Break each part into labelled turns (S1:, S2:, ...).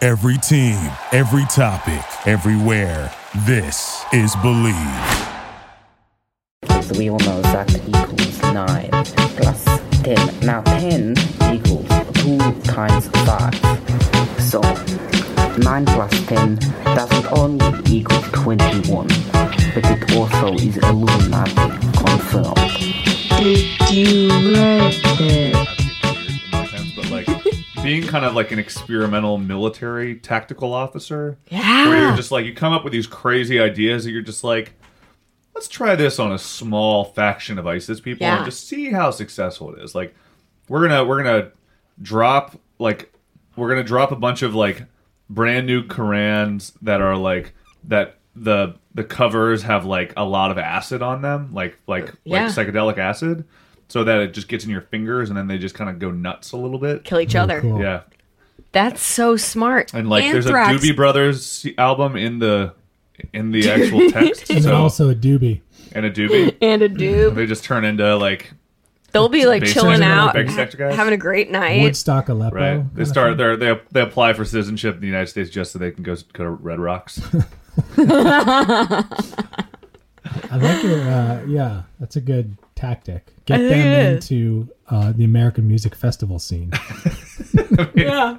S1: Every team, every topic, everywhere. This is Believe.
S2: So we all know that equals 9 plus 10. Now 10 equals 2 times 5. So 9 plus 10 doesn't only equal 21, but it also is Illuminati confirmed.
S3: You like it.
S4: in a sense, but like being kind of like an experimental military tactical officer. Where
S5: Ah.
S4: you're just like you come up with these crazy ideas that you're just like, let's try this on a small faction of ISIS people
S5: Yeah.
S4: and just see how successful it is. Like we're gonna we're gonna drop like we're gonna drop a bunch of like brand new Korans that are like that the the covers have like a lot of acid on them, like like
S5: Yeah.
S4: like psychedelic acid. So that it just gets in your fingers, and then they just kind of go nuts a little bit.
S5: Kill
S6: Oh,
S5: each other.
S4: Yeah,
S5: That's so smart.
S4: and like
S5: Anthrax.
S4: there's a Doobie Brothers album in the in the actual text,
S7: And
S4: so
S7: also a doobie.
S4: and a Doobie,
S5: and a dude.
S4: they just turn into like
S5: They'll be like
S4: Basic-
S5: chilling out,
S4: basic sector guys.
S5: having a great night.
S7: Woodstock Aleppo.
S4: right.
S6: Oh,
S7: kind
S4: They
S7: of
S4: start
S7: thing.
S4: they they they apply for citizenship in the United States just so they can go go to Red Rocks.
S7: I like your, uh, yeah, that's a good tactic. Get
S5: Oh,
S7: them into uh, the American music festival scene.
S5: yeah.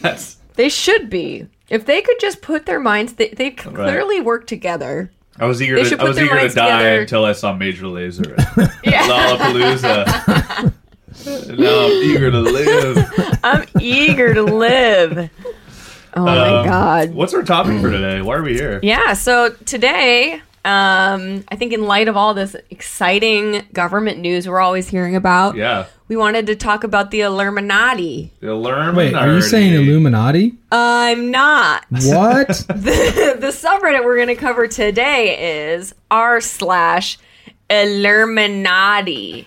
S4: That's
S5: They should be. If they could just put their minds, they, they c- clearly work together.
S4: I was eager
S5: They
S4: to
S5: should
S4: I
S5: put
S4: was
S5: their
S4: eager to
S5: minds
S4: die
S5: together.
S4: until I saw Major Laser at Lollapalooza. now I'm eager to live.
S5: I'm eager to live. Oh my
S4: Um,
S5: God.
S4: What's our topic for today? Why are we here?
S5: Yeah. So today, um, I think in light of all this exciting government news we're always hearing about,
S4: Yeah,
S5: we wanted to talk about the Illuminati.
S4: the alarm.
S6: Wait, are you saying Illuminati?
S5: I'm not.
S6: What?
S5: the, the subreddit we're going to cover today is r slash Illuminati,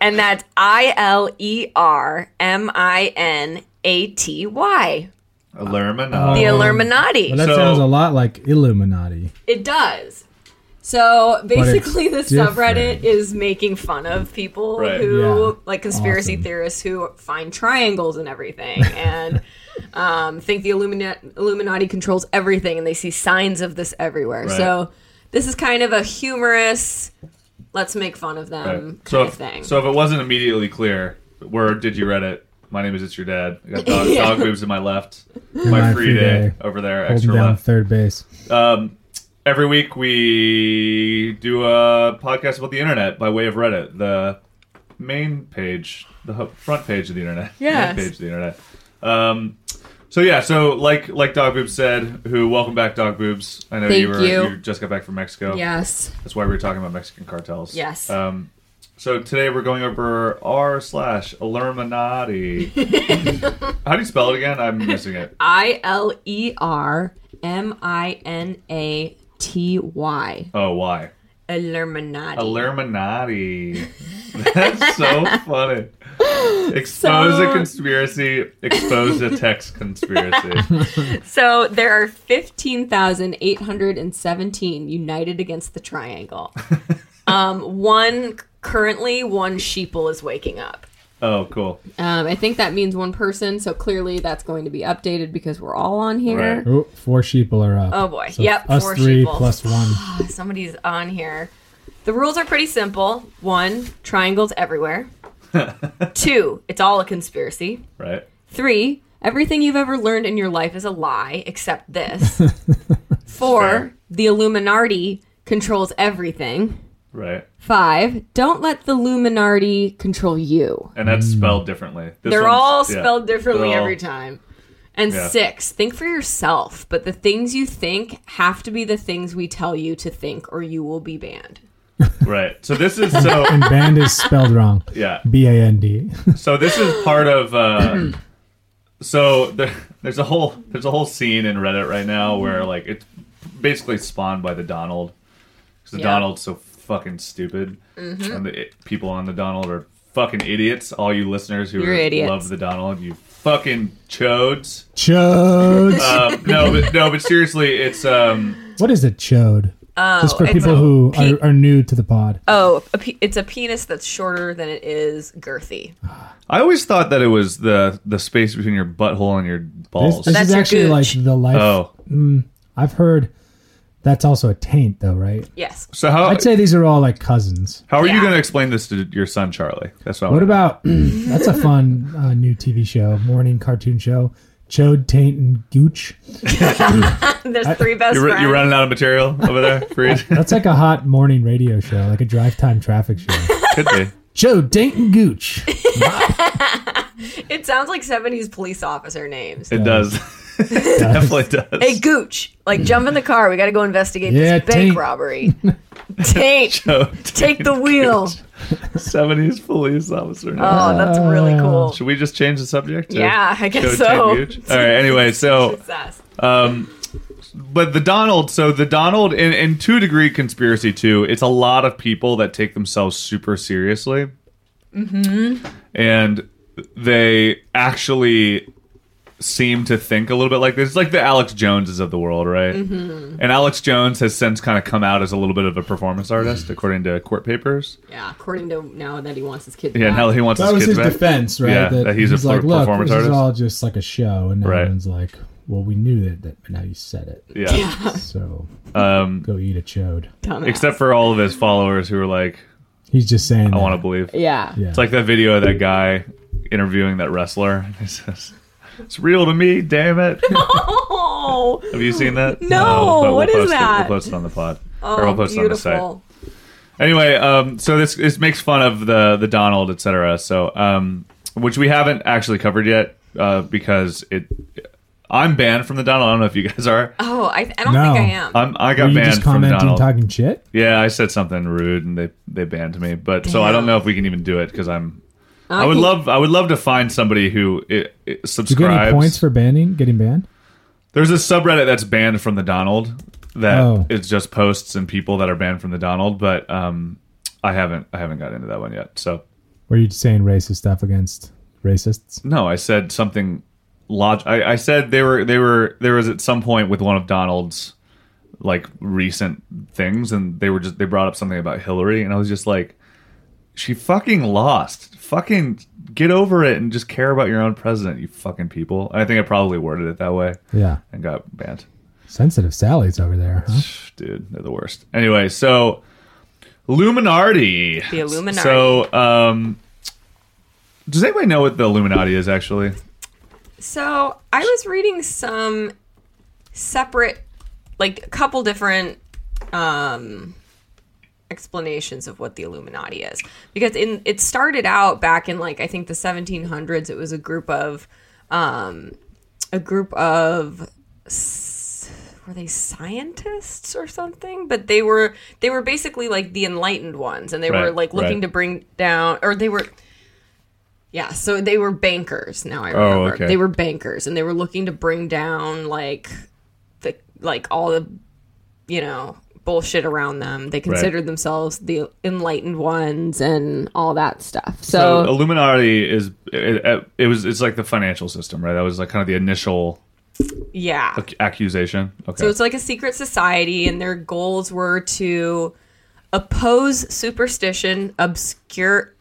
S5: and that's I L E R M I N A T Y.
S6: Uh-huh.
S5: The
S4: Illuminati?
S5: Illuminati.
S6: Well, that
S4: So-
S6: sounds a lot like Illuminati.
S5: It does. So basically, the
S6: different.
S5: subreddit is making fun of people
S4: Right.
S5: who,
S6: Yeah.
S5: like conspiracy
S6: Awesome.
S5: theorists, who find triangles and everything, and um, think the Illumina- Illuminati controls everything, and they see signs of this everywhere.
S4: Right.
S5: So this is kind of a humorous, let's make fun of them kind
S4: so,
S5: of
S4: if,
S5: um, thing.
S4: so if it wasn't immediately clear, where did you Reddit? My name is It's Your Dad. I got dog, dog boobs to my left. My, free, day, over there,
S6: Holding
S4: extra
S6: down
S4: left.
S6: third base.
S4: Um, every week we do a podcast about the internet by way of Reddit, the main page, the hu- front page of the internet.
S5: Yes.
S4: Main page of the internet. Um, so yeah, so like like Dog Boobs said, who welcome back Dog Boobs. I know
S5: Thank
S4: you were
S5: you.
S4: just got back from Mexico.
S5: yes,
S4: That's why we were talking about Mexican cartels.
S5: Yes.
S4: Um, so today we're going over r slash Illuminati. How do you spell it again? I'm missing it.
S5: I L E R M I N A T Y
S4: Oh, why?
S5: Illuminati.
S4: Illuminati. That's so funny. Expose
S5: So-
S4: a conspiracy. Expose a text conspiracy.
S5: So there are 15,817 united against the triangle. um, one currently, one sheeple is waking up.
S4: Oh, cool.
S5: Um, I think that means one person, so clearly that's going to be updated because we're all on here.
S4: Right.
S6: Oh, four sheeple are up.
S5: Oh boy. yep,
S6: Us
S5: four
S6: three
S5: sheeple.
S6: plus one.
S5: Somebody's on here. The rules are pretty simple. One, triangles everywhere. Two, it's all a conspiracy.
S4: Right.
S5: Three, everything you've ever learned in your life is a lie except this. Four,
S4: Fair.
S5: the Illuminati controls everything.
S4: Right.
S5: Five, don't let the Illuminati control you.
S4: And that's spelled differently. This
S5: They're
S4: one's-
S5: all
S4: yeah.
S5: spelled differently
S4: They're all-
S5: every time. And
S4: Yeah.
S5: six, think for yourself, but the things you think have to be the things we tell you to think or you will be banned.
S4: Right. So this is so.
S6: Band is spelled wrong.
S4: Yeah.
S6: B A N D.
S4: So this is part of. Uh, so there, there's a whole there's a whole scene in Reddit right now
S5: Mm-hmm.
S4: where like it's basically spawned by the Donald because the
S5: Yeah. Mm-hmm.
S4: Donald's so fucking stupid, and the i- people on the Donald are fucking idiots. All you listeners who
S5: You're
S4: are-
S5: idiots.
S4: love the Donald, you fucking chodes. Uh,
S6: Chodes.
S4: Um, no, but no, but seriously, it's um,
S6: what is a chode?
S5: Oh,
S6: Just for
S5: it's
S6: people
S5: a
S6: who
S5: pe-
S6: are, are new to the pod.
S5: oh, a pe- it's a penis that's shorter than it is girthy.
S4: I always thought that it was the the space between your butthole and your
S6: This,
S4: balls.
S6: this
S5: That's
S6: is
S5: your
S6: actually
S5: gooch.
S6: like the life.
S4: Oh.
S6: Mm, I've heard that's also a taint, though, right?
S5: Yes.
S4: So how
S6: I'd say these are all like cousins.
S4: how are you
S5: Yeah.
S4: going to explain this to your son Charlie? That's what.
S6: What
S4: I'm
S6: about that's a fun uh, new TV show, morning cartoon show, Chode Taint and Gooch.
S5: There's three best
S4: You're,
S5: friends.
S4: you're running out of material over there. Freed?
S6: That's like a hot morning radio show, like a drive time traffic show.
S4: Could be.
S6: Chode Taint and Gooch.
S5: It sounds like 70s police officer names.
S4: It does. it definitely does.
S5: Hey, Gooch,
S4: Mm.
S5: like jump in the car. We got to go investigate
S6: Yeah,
S5: this bank
S6: taint.
S5: robbery. Taint, take the wheel.
S4: Seventies police officer.
S5: Oh, that's really
S4: Ah.
S5: cool.
S4: Should we just change the subject? to
S5: Yeah, I guess
S4: show
S5: so.
S4: Ted Gooch? All right. Anyway, so
S5: Success.
S4: but the Donald. So the Donald, in in two degree conspiracy too. It's a lot of people that take themselves super seriously, mm-hmm. and they actually seem to think a little bit like this. It's like the Alex Joneses of the world, right? Mm-hmm. And Alex Jones has since kind of come out as a little bit of a performance
S6: Mm-hmm.
S4: artist, according to court papers.
S5: Yeah, according to now that he wants his kid.
S4: Yeah,
S5: back.
S4: now he wants
S6: That
S4: his
S6: was
S4: kids
S6: his
S4: back.
S6: defense, right?
S4: Yeah, that he's a per-
S6: "Look,
S4: performance
S6: this
S4: artist."
S6: is all just like a show, and
S4: Right.
S6: everyone's like, "Well, we knew that, that but now you said it,
S4: Yeah.
S6: so
S4: Um,
S6: go eat a chode."
S5: Dumbass.
S4: except for all of his followers who are like,
S6: He's just saying,
S4: I
S6: that.
S4: want to believe.
S5: yeah.
S6: Yeah.
S4: It's like that video of that guy interviewing that wrestler. He says, "It's real to me, damn it."
S5: Oh,
S4: Have you seen that?
S5: No,
S4: but
S5: what is
S4: post
S5: that?
S4: It. We'll post it on the pod, or
S5: oh
S4: we'll post it on the site.
S5: beautiful.
S4: Anyway, um, so this this makes fun of the the Donald, etc. So, um, which we haven't actually covered yet uh, because it. I'm banned from the Donald. I don't know if you guys are.
S5: Oh, I, I don't
S6: No.
S5: think I am.
S4: I'm, I
S6: Were
S4: got
S6: you
S4: banned
S6: just
S4: from
S6: commenting,
S4: Donald.
S6: talking shit?
S4: Yeah, I said something rude and they they banned me. But so I don't know if we can even do it because I'm. I would
S5: think-
S4: love I would love to find somebody who it, it
S6: Do you get any
S4: subscribes.
S6: points for banning? Getting banned?
S4: There's a subreddit that's banned from the Donald that
S6: Oh.
S4: it's just posts and people that are banned from the Donald, but um, I haven't I haven't got into that one yet. So
S6: Were you just saying racist stuff against racists?
S4: no, I said something. Log- I, I said they were they were there was at some point with one of Donald's like recent things, and they were just they brought up something about Hillary, and I was just like, she fucking lost. Fucking get over it and just care about your own president, you fucking people. And I think I probably worded it that way
S6: Yeah,
S4: and got banned.
S6: sensitive Sally's over there. Huh?
S4: dude they're the worst anyway so luminardi
S5: The Illuminati.
S4: so um does anybody know what the illuminati is actually
S5: So I was reading some separate, like a couple different um, explanations of what the Illuminati is, because in it started out back in like I think the 1700s. It was a group of, um, a group of were they scientists or something but they were they were basically like the enlightened ones and they were
S4: Right,
S5: like looking
S4: right.
S5: to bring down or they were yeah so they were bankers now i
S4: Oh,
S5: remember
S4: okay.
S5: they were bankers and they were looking to bring down like the like all the you know bullshit around them they considered themselves the enlightened ones and all that stuff so,
S4: illuminati is it, it, it was it's like the financial system right that was like kind of the initial
S5: yeah
S4: ac- accusation okay
S5: So it's like a secret society, and their goals were to oppose superstition, obscure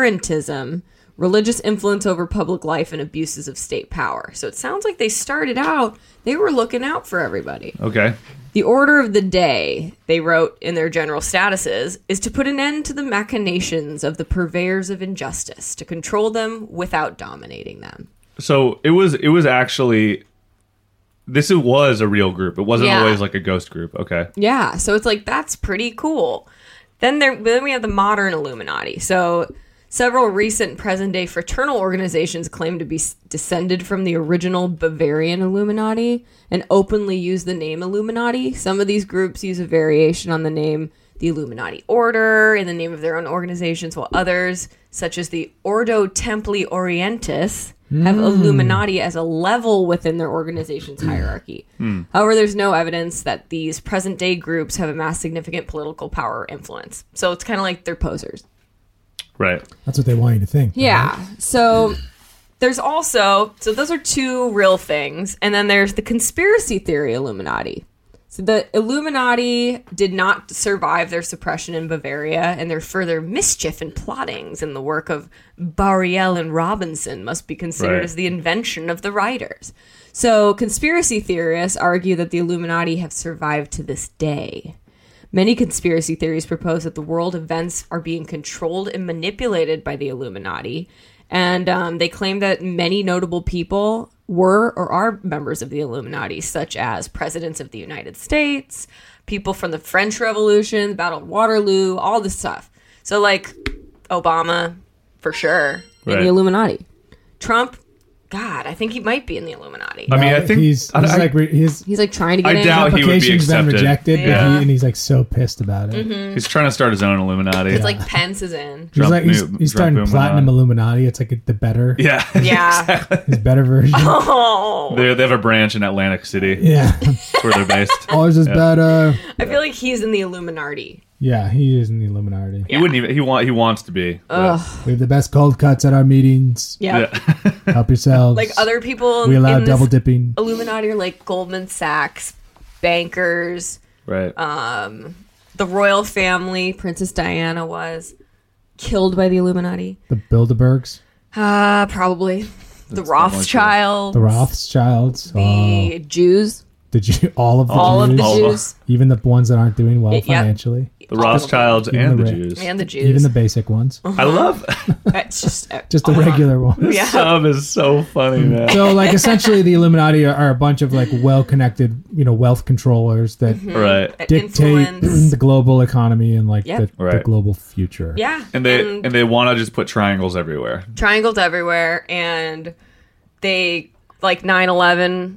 S5: obscurantism, religious influence over public life, and abuses of state power. So it sounds like they started out they were looking out for everybody.
S4: okay
S5: The order of the day, they wrote in their general statuses, is to put an end to the machinations of the purveyors of injustice, to control them without dominating them.
S4: so it was it was actually this is- was a real group it wasn't
S5: Yeah.
S4: always like a ghost group okay
S5: Yeah, so it's like that's pretty cool. Then there then we have the modern Illuminati. So several recent present day fraternal organizations claim to be s- descended from the original Bavarian Illuminati and openly use the name Illuminati. Some of these groups use a variation on the name the Illuminati Order in the name of their own organizations, while others, such as the Ordo Templi Orientis, have Illuminati as a level within their organization's hierarchy. However, there's no evidence that these present day groups have amassed significant political power or influence. So it's kind of like they're posers.
S4: right
S6: That's what they want you to think. though.
S5: Yeah. So there's also, so those are two real things. And then there's the conspiracy theory Illuminati. So the Illuminati did not survive their suppression in Bavaria, and their further mischief and plottings in the work of Bariel and Robinson must be considered
S4: Right.
S5: as the invention of the writers. So conspiracy theorists argue that the Illuminati have survived to this day. Many conspiracy theories propose that the world events are being controlled and manipulated by the Illuminati, and um, they claim that many notable people were or are members of the Illuminati, such as presidents of the United States, people from the French Revolution, the Battle of Waterloo, all this stuff. So, like Obama, for sure, in
S4: Right.
S5: the Illuminati. Trump, God, I think he might be in the Illuminati.
S4: I mean,
S6: Uh,
S4: I think
S6: he's,
S4: I-
S6: he's
S4: I-
S6: like re- his
S5: He's like trying to get
S4: I
S5: in.
S4: doubt he would be
S6: application's been
S4: accepted.
S6: rejected, but
S5: Yeah.
S6: he, and he's like so pissed about
S5: Mm-hmm.
S6: it.
S4: He's trying to start his own Illuminati.
S5: It's like Pence is in.
S6: He's
S4: Trump
S6: like he's,
S4: New-
S6: he's
S4: Trump
S6: starting platinum Illuminati. It's like the better,
S4: yeah,
S5: Yeah.
S6: his better version.
S5: Oh.
S4: they they have a branch in Atlantic City
S6: Yeah,
S4: where they're based.
S6: ours is better.
S5: I feel like he's in the Illuminati.
S6: Yeah, he is in the Illuminati.
S4: He wouldn't even. He want. He wants to be. but-
S6: We have the best cold cuts at our meetings.
S5: Yeah.
S6: Help yourselves.
S5: Like other people
S6: we allow
S5: in
S6: double
S5: this
S6: dipping.
S5: Illuminati are like Goldman Sachs, bankers,
S4: Right.
S5: Uh, the royal family, Princess Diana was killed by the Illuminati.
S6: The Bilderbergs,
S5: Uh, probably. The Rothschilds.
S6: the Rothschilds,
S5: the
S6: oh,
S5: Jews.
S6: the Jew, all of the
S5: All of
S6: Jews,
S5: the
S4: Oh. All of
S5: Jews.
S6: even the ones that aren't doing well
S5: It- yeah.
S6: financially,
S4: the Rothschilds
S6: Even
S4: and
S6: the
S4: the
S6: Ra-
S4: Jews.
S5: And the Jews.
S6: even the basic ones,
S5: Oh
S4: I love.
S5: It's just, uh,
S6: just the regular ones.
S5: Yeah.
S4: Sub is so funny, man.
S6: So, like, essentially, the Illuminati are, are a bunch of like well-connected, you know, wealth controllers that
S4: Right.
S6: dictate
S5: Mm-hmm. influence.
S6: the global economy and like
S5: Yep.
S6: the, the
S4: Right.
S6: global future.
S5: Yeah.
S4: And they and they want to just put triangles everywhere.
S5: triangles everywhere and they like 9-11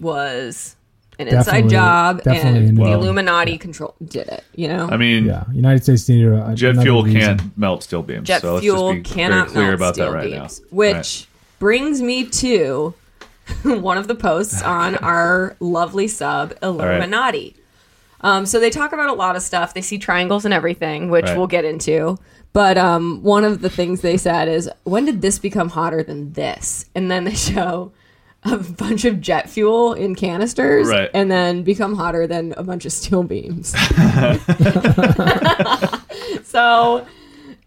S5: was an inside
S6: Definitely-
S5: job
S6: definitely
S5: and
S6: an
S5: the
S6: inside-
S5: illuminati control did it you know
S4: I mean,
S6: Yeah, United States needed a,
S4: jet
S6: another
S4: fuel
S6: reason.
S4: can't melt steel beams.
S5: jet
S4: so let's
S5: fuel
S4: just be
S5: cannot
S4: very clear
S5: melt
S4: about
S5: steel
S4: that right
S5: beams,
S4: now.
S5: which
S4: Right.
S5: brings me to one of the posts on our lovely sub Illuminati. Um, so they talk about a lot of stuff. They see triangles and everything, which
S4: Right.
S5: we'll get into. But um, one of the things they said is, "When did this become hotter than this?" And then they show a bunch of jet fuel in canisters,
S4: Right.
S5: and then become hotter than a bunch of steel beams. so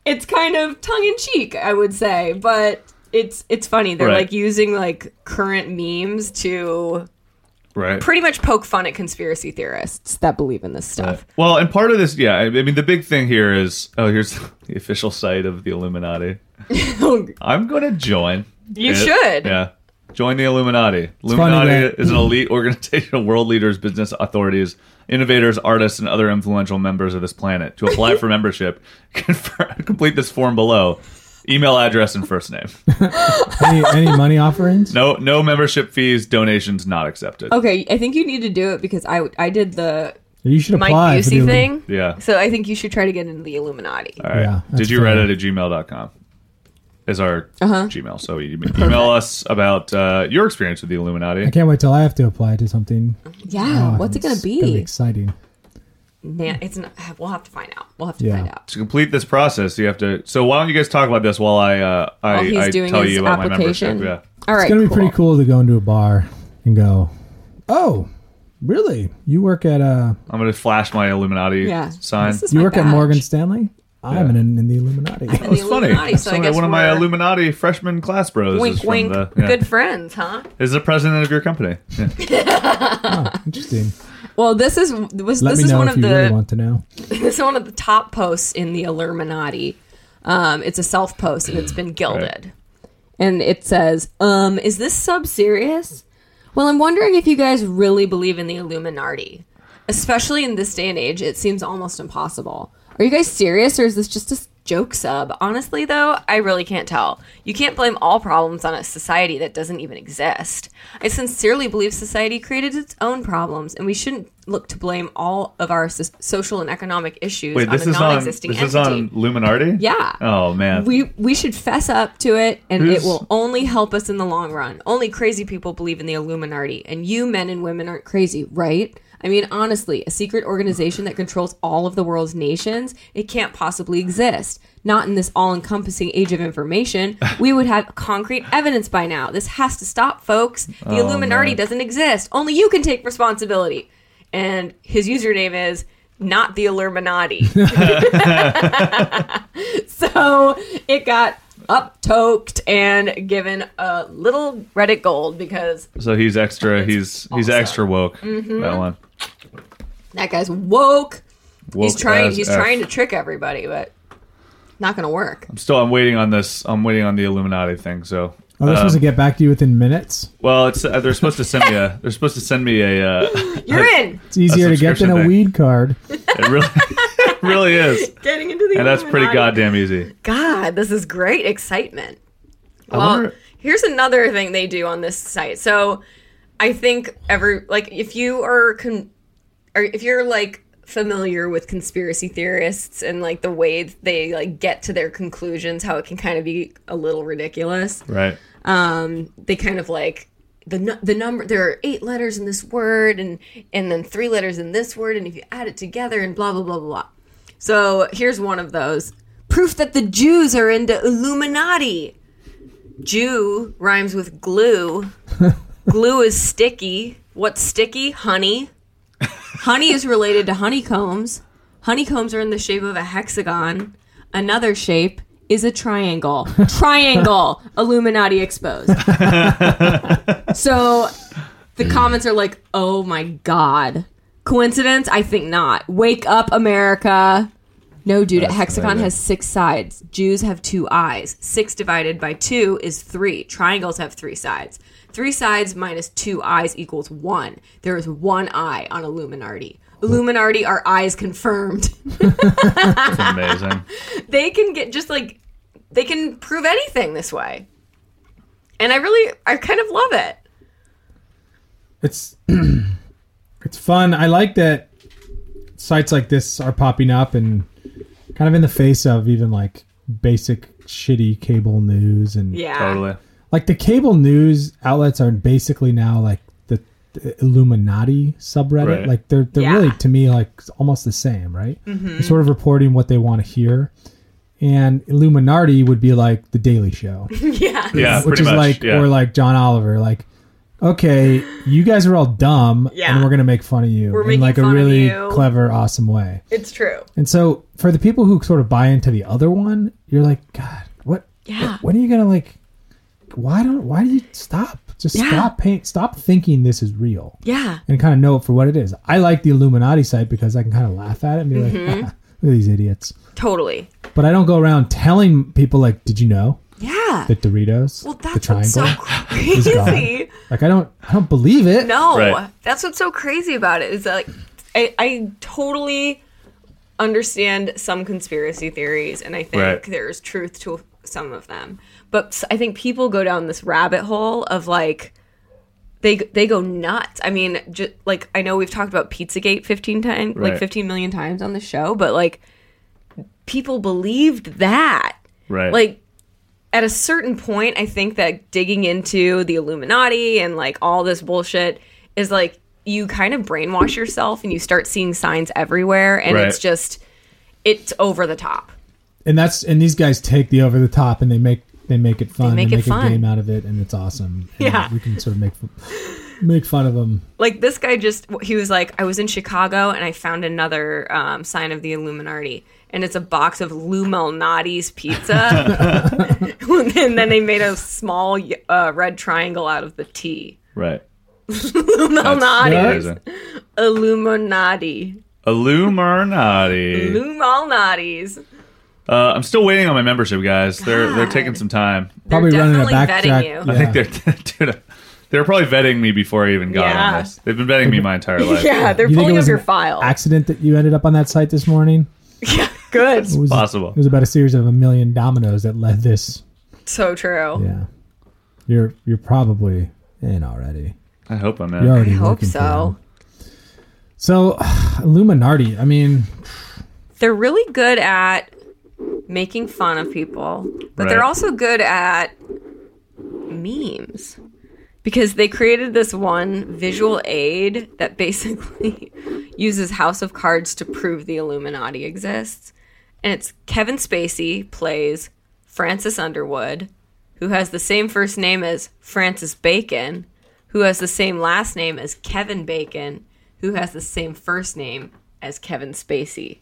S5: it's kind of tongue in cheek, I would say, but it's it's funny. They're
S4: Right.
S5: like using like current memes to
S4: right.
S5: pretty much poke fun at conspiracy theorists that believe in this stuff.
S4: Well, and part of this, yeah, I I mean, the big thing here is oh, here's the official site of the Illuminati. I'm going to join.
S5: You
S4: it.
S5: should.
S4: Yeah. Join the Illuminati. Illuminati
S6: funny that-
S4: is an elite organization of world leaders, business authorities, innovators, artists, and other influential members of this planet. To apply for membership, confer- complete this form below. Email address and first name.
S6: Any, any money offerings?
S4: No, no membership fees. Donations not accepted.
S5: Okay, I think you need to do it because I I did the
S6: You should
S5: Mike
S6: apply for the
S5: Busey
S6: Illu-
S5: thing.
S4: Yeah.
S5: So I think you should try to get into the Illuminati.
S4: All right.
S6: Yeah, that's
S4: Did you write
S6: fair.
S4: it at gmail.com? Is our
S5: Uh-huh.
S4: Gmail. So you may email us about uh, your experience with the
S6: I
S4: Illuminati.
S6: can't wait till I have to apply to something. Oh,
S5: Yeah, what's it gonna
S6: It's gonna be
S5: be?
S6: exciting.
S5: Nah, it's not, we'll have to find out. We'll have to
S6: Yeah.
S5: find out.
S4: To complete this process, you have to. So why don't you guys talk about this while I uh,
S5: While
S4: I,
S5: he's
S4: I
S5: doing
S4: tell
S5: his
S4: you about my membership?
S5: application.
S4: Yeah.
S5: All right,
S6: It's gonna be pretty cool to go into a bar and go, "Oh, really? You work at uh,
S4: I'm gonna flash my Illuminati
S5: Yeah.
S4: sign.
S5: This is
S6: you
S5: my
S6: work at
S5: badge.
S6: Morgan Stanley? I'm
S4: Yeah.
S6: in, in the Illuminati.
S5: in the Illuminati. So I
S4: Somebody-
S5: guess
S4: one of my
S5: we're-
S4: Illuminati freshman class bros. is
S5: Wink,
S4: from
S5: wink.
S4: The, yeah.
S5: Good friends, huh?
S4: Is the president of your company? Yeah.
S6: Interesting.
S5: Well, this is was,
S6: Let
S5: this
S6: me
S5: is
S6: know
S5: one
S6: if
S5: of
S6: you
S5: the
S6: really want to know.
S5: this is one of the top posts in the Illuminati. Um, it's a self post and it's been gilded. And it says, um, Is this sub serious? Well, I'm wondering if you guys really believe in the Illuminati. Especially in this day and age, it seems almost impossible. Are you guys serious or is this just a s- joke sub? Honestly, though, I really can't tell. You can't blame all problems on a society that doesn't even exist. I sincerely believe society created its own problems, and we shouldn't look to blame all of our so- social and economic issues
S4: Wait,
S5: on
S4: this
S5: a
S4: is
S5: non
S4: on this
S5: existing
S4: is
S5: entity.
S4: on Illuminati.
S5: Yeah.
S4: Oh man.
S5: We we should fess up to it, and
S4: Who's-
S5: it will only help us in the long run. Only crazy people believe in the Illuminati, and you men and women aren't crazy, right? I mean, honestly, a secret organization that controls all of the world's nations, it can't possibly exist. Not in this all encompassing age of information. We would have concrete evidence by
S4: Oh,
S5: now. This has to stop, folks. The Illuminati doesn't exist. Only you can take responsibility. and his username is not the Illuminati. so it got up toked and given a little Reddit gold because
S4: So he's extra. he's he's
S5: awesome. Mm-hmm.
S4: extra woke. That one.
S5: that guy's woke. he's
S4: Woke
S5: trying.
S4: as
S5: He's
S4: F.
S5: trying to trick everybody, but not gonna work.
S4: I'm still. I'm waiting on this. I'm waiting on the Illuminati thing. So.
S6: Oh, they're
S4: um,
S6: supposed to get back to you within minutes.
S4: well, it's uh, they're supposed to send me a. They're supposed to send me a. Uh,
S5: You're in.
S6: It's easier to get
S4: subscription
S6: than a
S4: thing.
S6: weed card.
S4: it really, it really is,
S5: Getting into the.
S4: and that's pretty
S5: Illuminati.
S4: goddamn easy.
S5: God, this is great excitement. Well,
S4: wonder-
S5: here's another thing they do on this site. So, I think every like if you are con- or if you're like familiar with conspiracy theorists and like the way they like get to their conclusions, how it can kind of be a little ridiculous.
S4: Right.
S5: Um, they kind of like the nu- the number there are eight letters in this word and and then three letters in this word and if you add it together and blah blah blah blah. blah. So here's one of those proof that the Jews are into Illuminati. Jew rhymes with glue. glue is sticky. What's sticky? Honey. Honey is related to honeycombs. Honeycombs are in the shape of a hexagon. Another shape is a triangle. Triangle. Illuminati exposed. so the comments are like, "Oh my god." Coincidence? I think not. Wake up America. No, dude, a hexagon
S4: amazing.
S5: has six sides. Jews have two eyes. Six divided by two is three. Triangles have three sides. Three sides minus two eyes equals one. There is one eye on Illuminati. Illuminati are eyes confirmed.
S4: It's amazing.
S5: they can get just like, they can prove anything this way. And I really, I kind of love it.
S6: It's it's fun. I like that sites like this are popping up and kind of in the face of even like basic shitty cable news and
S5: Yeah.
S4: Totally.
S6: like the cable news outlets are basically now like the, the Illuminati subreddit.
S4: Right.
S6: Like they're they're
S5: Yeah. Mm-hmm.
S6: really to me like almost the same, right? They're sort of reporting what they want to hear. And Illuminati would be like the Daily Show,
S5: Yeah.
S4: Yeah.
S6: which
S4: pretty
S6: is
S4: much.
S6: like
S4: yeah.
S6: or like John Oliver, like okay, you guys are all dumb,
S5: Yeah.
S6: and we're gonna make fun of you
S5: We're
S6: in
S5: making
S6: like a
S5: fun of
S6: really
S5: you.
S6: clever, awesome way.
S5: It's true.
S6: And so for the people who sort of buy into the other one, you're like, God, what?
S5: Yeah.
S6: When are you gonna like? Why don't? Why do you stop? Just
S5: Yeah.
S6: stop paint. Stop thinking this is real
S5: Yeah.
S6: and kind of know it for what it is. I like the Illuminati site because I can kind of laugh at it and be
S5: Mm-hmm.
S6: like, "Ah, look at these idiots.
S5: Totally.
S6: But I don't go around telling people like, did you know
S5: Yeah.
S6: that Doritos,
S5: well,
S6: the
S5: that's what's
S6: triangle?
S5: so crazy.
S6: Like I don't, I don't believe it.
S5: No,
S4: Right.
S5: that's what's so crazy about it is that like, I, I totally understand some conspiracy theories, and I think
S4: Right.
S5: there's truth to some of them. But s- I think people go down this rabbit hole of like they they go nuts. I mean, just like I know we've talked about Pizzagate 15 times, like
S4: Right.
S5: 15 million times on the show, but like people believed that
S4: right.
S5: like at a certain point i think that digging into the illuminati and like all this bullshit is like you kind of brainwash yourself and you start seeing signs everywhere and
S4: Right.
S5: it's just it's over the top
S6: And that's and these guys take the over the top and they make they make it fun.
S5: make
S6: and
S5: it
S6: make a
S5: fun.
S6: game out of it, and it's awesome. And
S5: Yeah.
S6: we can sort of make fun- make fun of them.
S5: like this guy just he was like i was in chicago and i found another um, sign of the illuminati and it's a box of Lou Malnati's pizza. and then they made a small uh, red triangle out of the T.
S4: right.
S5: Lou Malnati's
S4: Amazing.
S5: Illuminati.
S4: Illuminati.
S5: Lumalnati's.
S4: Uh, I'm still waiting on my membership, guys. They're they're taking some time.
S6: Probably running a
S5: definitely
S6: backtrack.
S5: vetting you.
S4: I think they're dude, they're probably vetting me before I even got
S5: Yeah.
S4: on this. They've been vetting me my entire life.
S5: Yeah, they're
S6: You think it
S5: pulling up
S6: was
S5: your
S6: an
S5: file.
S6: uh, accident that you ended up on that site this morning?
S5: Good.
S6: It was,
S4: Possible.
S6: It was about a series of a million dominoes that led this.
S5: So true.
S6: Yeah, you're you're probably in already.
S4: I hope I'm
S6: You're
S4: in.
S6: already
S5: I hope
S6: looking for
S5: so.
S6: them. So, Illuminati. I mean,
S5: They're really good at making fun of people, but they're
S4: Right.
S5: also good at memes because they created this one visual aid that basically uses House of Cards to prove the Illuminati exists. And it's Kevin Spacey plays Francis Underwood, who has the same first name as Francis Bacon, who has the same last name as Kevin Bacon, who has the same first name as Kevin Spacey.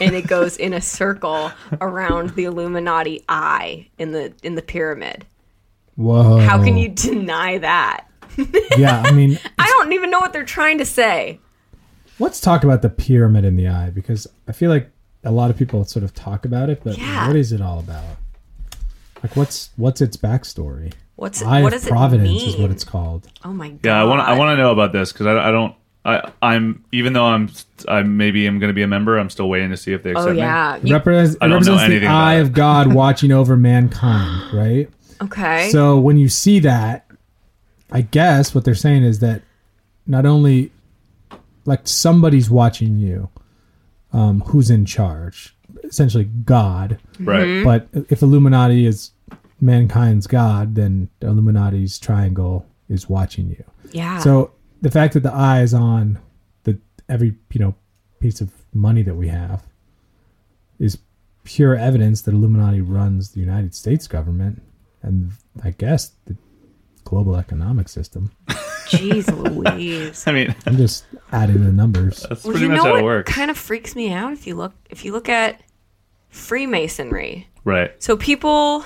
S5: and it goes in a circle around the Illuminati eye in the in the pyramid.
S6: Whoa.
S5: How can
S6: Oh.
S5: you deny that?
S6: Yeah, I mean,
S5: I don't even know what they're trying to say.
S6: let's talk about the pyramid in the eye because I feel like a lot of people sort of talk about it, but
S5: Yeah.
S6: what is it all about? Like, what's what's its backstory?
S5: What's
S6: Eye
S5: what
S6: of
S5: does
S6: Providence
S5: it mean?
S6: is what it's called.
S5: oh my god!
S4: Yeah, I want I want to know about this because I, I don't I I'm even though I'm I maybe am going to be a member. I'm still waiting to see if they accept
S5: Oh yeah.
S6: It
S5: You-
S6: represents,
S4: I
S6: it
S4: don't know
S6: represents the
S4: anything about
S6: eye
S4: it.
S6: of God watching over mankind, right?
S5: okay.
S6: So when you see that, I guess what they're saying is that not only like somebody's watching you, um, who's in charge, essentially God.
S4: me. Right.
S5: Mm-hmm. Hmm?
S6: But if Illuminati is mankind's God, then the Illuminati's triangle is watching you.
S5: yeah.
S6: So the fact that the eye is on the every you know piece of money that we have is pure evidence that Illuminati runs the United States government and I guess the global economic system.
S5: Jeez Louise.
S4: I mean,
S6: I'm just adding the numbers.
S4: that's
S5: Well,
S4: pretty
S5: you
S4: much
S5: know
S4: how
S5: what
S4: it works.
S5: kind of freaks me out if you look if you look at Freemasonry.
S4: right.
S5: So people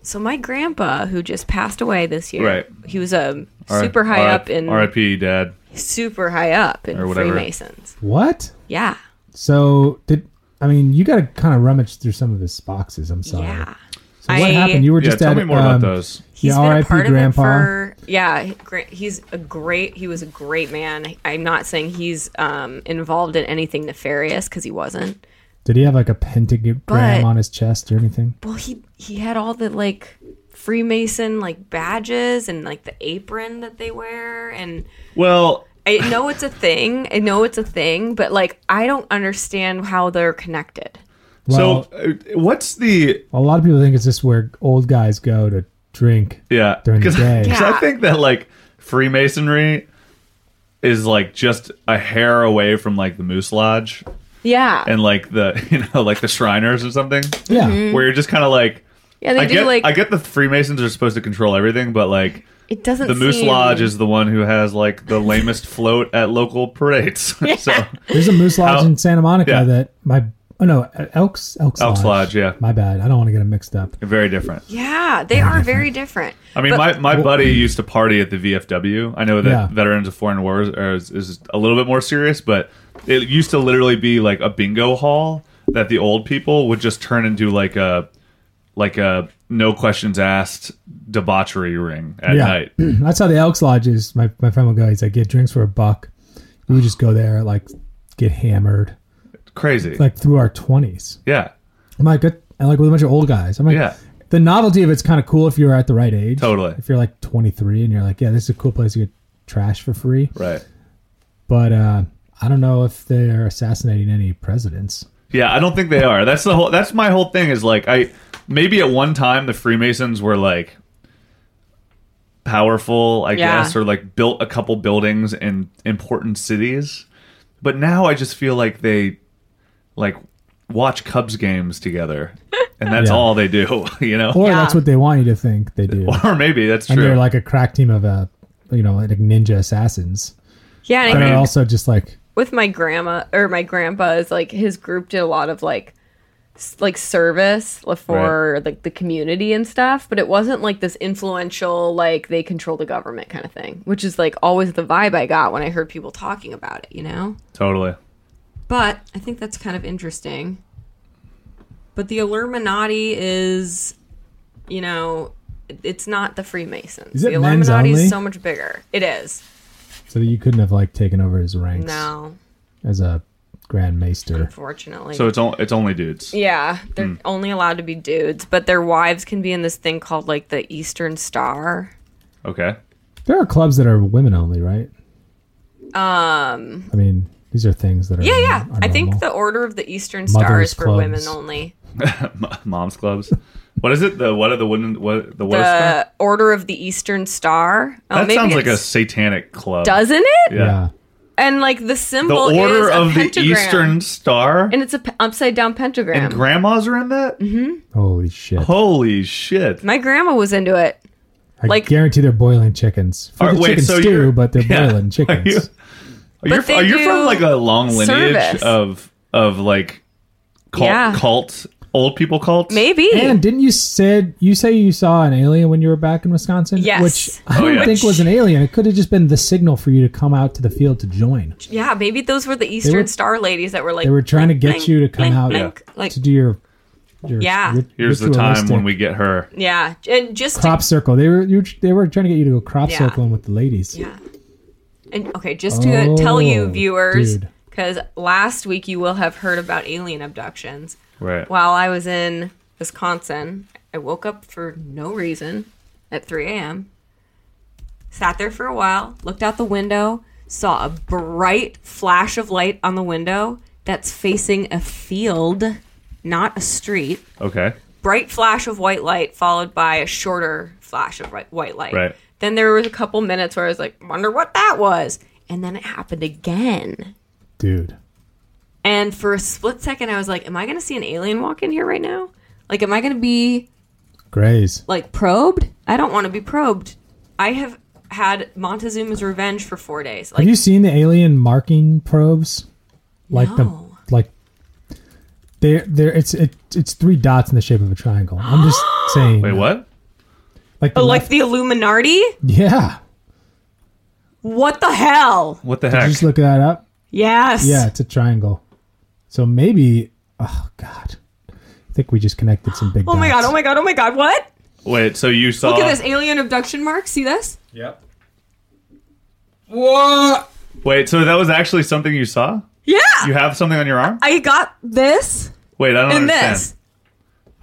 S5: so my grandpa who just passed away this year.
S4: Right.
S5: He was um,
S4: All right.
S5: super high
S4: All right.
S5: up in
S4: R.I.P. Dad.
S5: super high up in
S4: Or whatever.
S5: Freemasons.
S6: What?
S5: Yeah.
S6: So did I mean you got to kind of rummage through some of his boxes. I'm sorry.
S5: Yeah.
S6: So what
S5: I-
S6: happened? You were just
S4: yeah, tell
S6: at
S4: me more
S6: um,
S4: about those.
S5: He's
S6: Yeah,
S5: been a
S6: RIP,
S5: part
S6: Grandpa.
S5: of it for yeah. he- gra- He's a great. He was a great man. I- I'm not saying he's um, involved in anything nefarious because he wasn't.
S6: Did he have like a pentagram
S5: But-
S6: on his chest or anything?
S5: Well, he he had all the like Freemason like badges and like the apron that they wear, and
S4: Well,
S5: I know it's a thing. I know it's a thing, but like I don't understand how they're connected.
S6: Well,
S4: so uh, what's the
S6: a lot of people think it's just where old guys go to drink.
S4: yeah?
S6: During the
S4: Because
S6: day.
S5: Yeah.
S4: I think that like Freemasonry is like just a hair away from like the Moose Lodge
S5: Yeah,
S4: and like the you know like the Shriners or something,
S6: Yeah.
S4: where you're just kind of like.
S5: yeah. Mm-hmm. They
S4: I
S5: do
S4: get,
S5: like
S4: I get the Freemasons are supposed to control everything, but like
S5: it doesn't.
S4: the Moose
S5: seem-
S4: Lodge is the one who has like the lamest float at local parades. so
S6: There's a moose lodge
S4: How-
S6: in Santa Monica
S4: Yeah.
S6: that my oh no Elks Elks,
S4: Elks Lodge, yeah.
S6: My bad. I don't want to get them mixed up.
S4: very different.
S5: Yeah, they are very different.
S4: I mean,
S5: But-
S4: my, my buddy used to party at the VFW. I know that
S6: Yeah.
S4: Veterans of Foreign Wars are, is, is a little bit more serious, but it used to literally be like a bingo hall that the old people would just turn into like a like a no questions asked debauchery ring at
S6: yeah,
S4: night.
S6: that's how the Elks Lodge is. My my friend will go. He's like, get drinks for a buck. We would just go there, like get hammered,
S4: Crazy,
S6: like through our twenties.
S4: yeah,
S6: I'm like, good. And like with a bunch of old guys. I'm like,
S4: Yeah.
S6: The novelty of it's kind of cool if you're at the right age.
S4: Totally.
S6: If you're like 23 and you're like, yeah, this is a cool place to get trash for free.
S4: right.
S6: But uh, I don't know if they're assassinating any presidents.
S4: Yeah, I don't think they are. That's the whole. That's my whole thing. Is like I maybe at one time the Freemasons were like powerful, I
S5: Yeah.
S4: guess, or like built a couple buildings in important cities. But now I just feel like they like watch Cubs games together, and that's
S6: Yeah.
S4: all they do. You know,
S6: Or that's what they want you to think they do.
S4: or maybe that's
S6: and
S4: true.
S6: they're like a crack team of uh, you know like ninja assassins
S5: yeah, and
S6: but
S5: I
S6: are
S4: mean-
S6: also just like
S5: with my grandma or my grandpa is like his group did a lot of like s- like service for like the community and stuff but it wasn't like this influential like they control the government kind of thing which is like always the vibe i got when i heard people talking about it you know
S4: totally.
S5: but i think that's kind of interesting but the illuminati is you know it- it's not the freemasons
S6: Is it
S5: the
S6: men's
S5: illuminati
S6: only?
S5: is so much bigger it is
S6: so that you couldn't have like taken over his ranks
S5: no
S6: as a grand maester
S5: unfortunately
S4: So it's on, it's only dudes.
S5: Yeah, they're
S6: Hmm.
S5: only allowed to be dudes, but their wives can be in this thing called like the Eastern Star.
S4: Okay.
S6: there are clubs that are women only right
S5: Um,
S6: i mean these are things that are
S5: yeah, yeah.
S6: are
S5: I think
S6: normal.
S5: the Order of the Eastern Star
S6: Mothers
S5: is for
S6: clubs.
S5: women only.
S4: M- Mom's clubs. What is it? The what are the women? What the what? is
S5: The Order of the Eastern Star. Oh,
S4: that
S5: maybe
S4: sounds like a
S5: it's-
S4: satanic club.
S5: doesn't it?
S6: yeah.
S5: And like the
S4: the
S5: symbol is
S4: Order
S5: a
S4: of the
S5: pentagram,
S4: Eastern Star
S5: and it's a p- upside down pentagram. Mm-hmm.
S4: and grandmas are in that.
S6: holy shit
S4: Holy shit!
S5: My grandma was into it.
S6: i
S5: like-
S6: guarantee they're boiling chickens for
S4: All right,
S6: the
S4: wait,
S6: chicken
S4: so
S6: stew
S4: you're-
S6: but they're
S4: Yeah.
S6: boiling
S4: Are you-
S6: chickens
S4: Are you,
S5: they
S4: are you from
S5: do
S4: like a long lineage
S5: service.
S4: of of like cult,
S5: Yeah.
S4: cult old people cults?
S5: Maybe.
S6: And didn't you said you say you saw an alien when you were back in Wisconsin?
S5: Yes.
S6: Which I
S4: Oh,
S6: don't
S4: yeah.
S6: think was an alien. It could have just been the signal for you to come out to the field to join.
S5: yeah, maybe those were the Eastern
S6: were-
S5: Star ladies that were like
S6: They were trying to get
S5: blink,
S6: you to come
S5: blink,
S6: out
S5: blink, like
S6: to do your, your
S5: Yeah.
S6: rit-
S4: Here's the time
S6: ritualistic
S4: when we get her.
S5: yeah, and just to-
S6: crop circle. They were you were, they were trying to get you to go crop
S5: Yeah.
S6: circling with the ladies.
S5: yeah. And okay, just to tell you
S6: Oh,
S5: viewers
S6: dude.
S5: cuz last week you will have heard about alien abductions.
S4: Right.
S5: While I was in Wisconsin, I woke up for no reason at 3 a.m. Sat there for a while, looked out the window, saw a bright flash of light on the window that's facing a field, not a street.
S4: Okay.
S5: Bright flash of white light followed by a shorter flash of ri- white light.
S4: Right.
S5: Then there was a couple minutes where I was like, wonder what that was. And then it happened again.
S6: Dude.
S5: And for a split second, I was like, am I going to see an alien walk in here right now? Like, am I going to be
S6: Grays.
S5: like probed? I don't want to be probed. I have had Montezuma's revenge for four days. Like,
S6: Have you seen the alien marking probes? Like
S5: No.
S6: the like they're they're it's it, it's three dots in the shape of a triangle. I'm just saying
S4: Wait, what?
S6: like the
S5: oh, like
S6: left,
S5: the Illuminati?
S6: Yeah.
S5: What the hell?
S4: What the
S6: Did you
S4: heck?
S6: just look that up?
S5: Yes.
S6: Yeah, it's a triangle. So maybe oh god. I think we just connected some big
S5: Oh my god, oh my god, oh my god, what?
S4: Wait, so you saw
S5: Look
S6: Uh.
S5: at this alien abduction mark. See this?
S6: Yep. What?
S4: Wait, so that was actually something you saw?
S5: Yeah.
S4: You have something on your arm?
S5: I got this
S4: Wait, I don't
S5: and
S4: understand.
S5: this.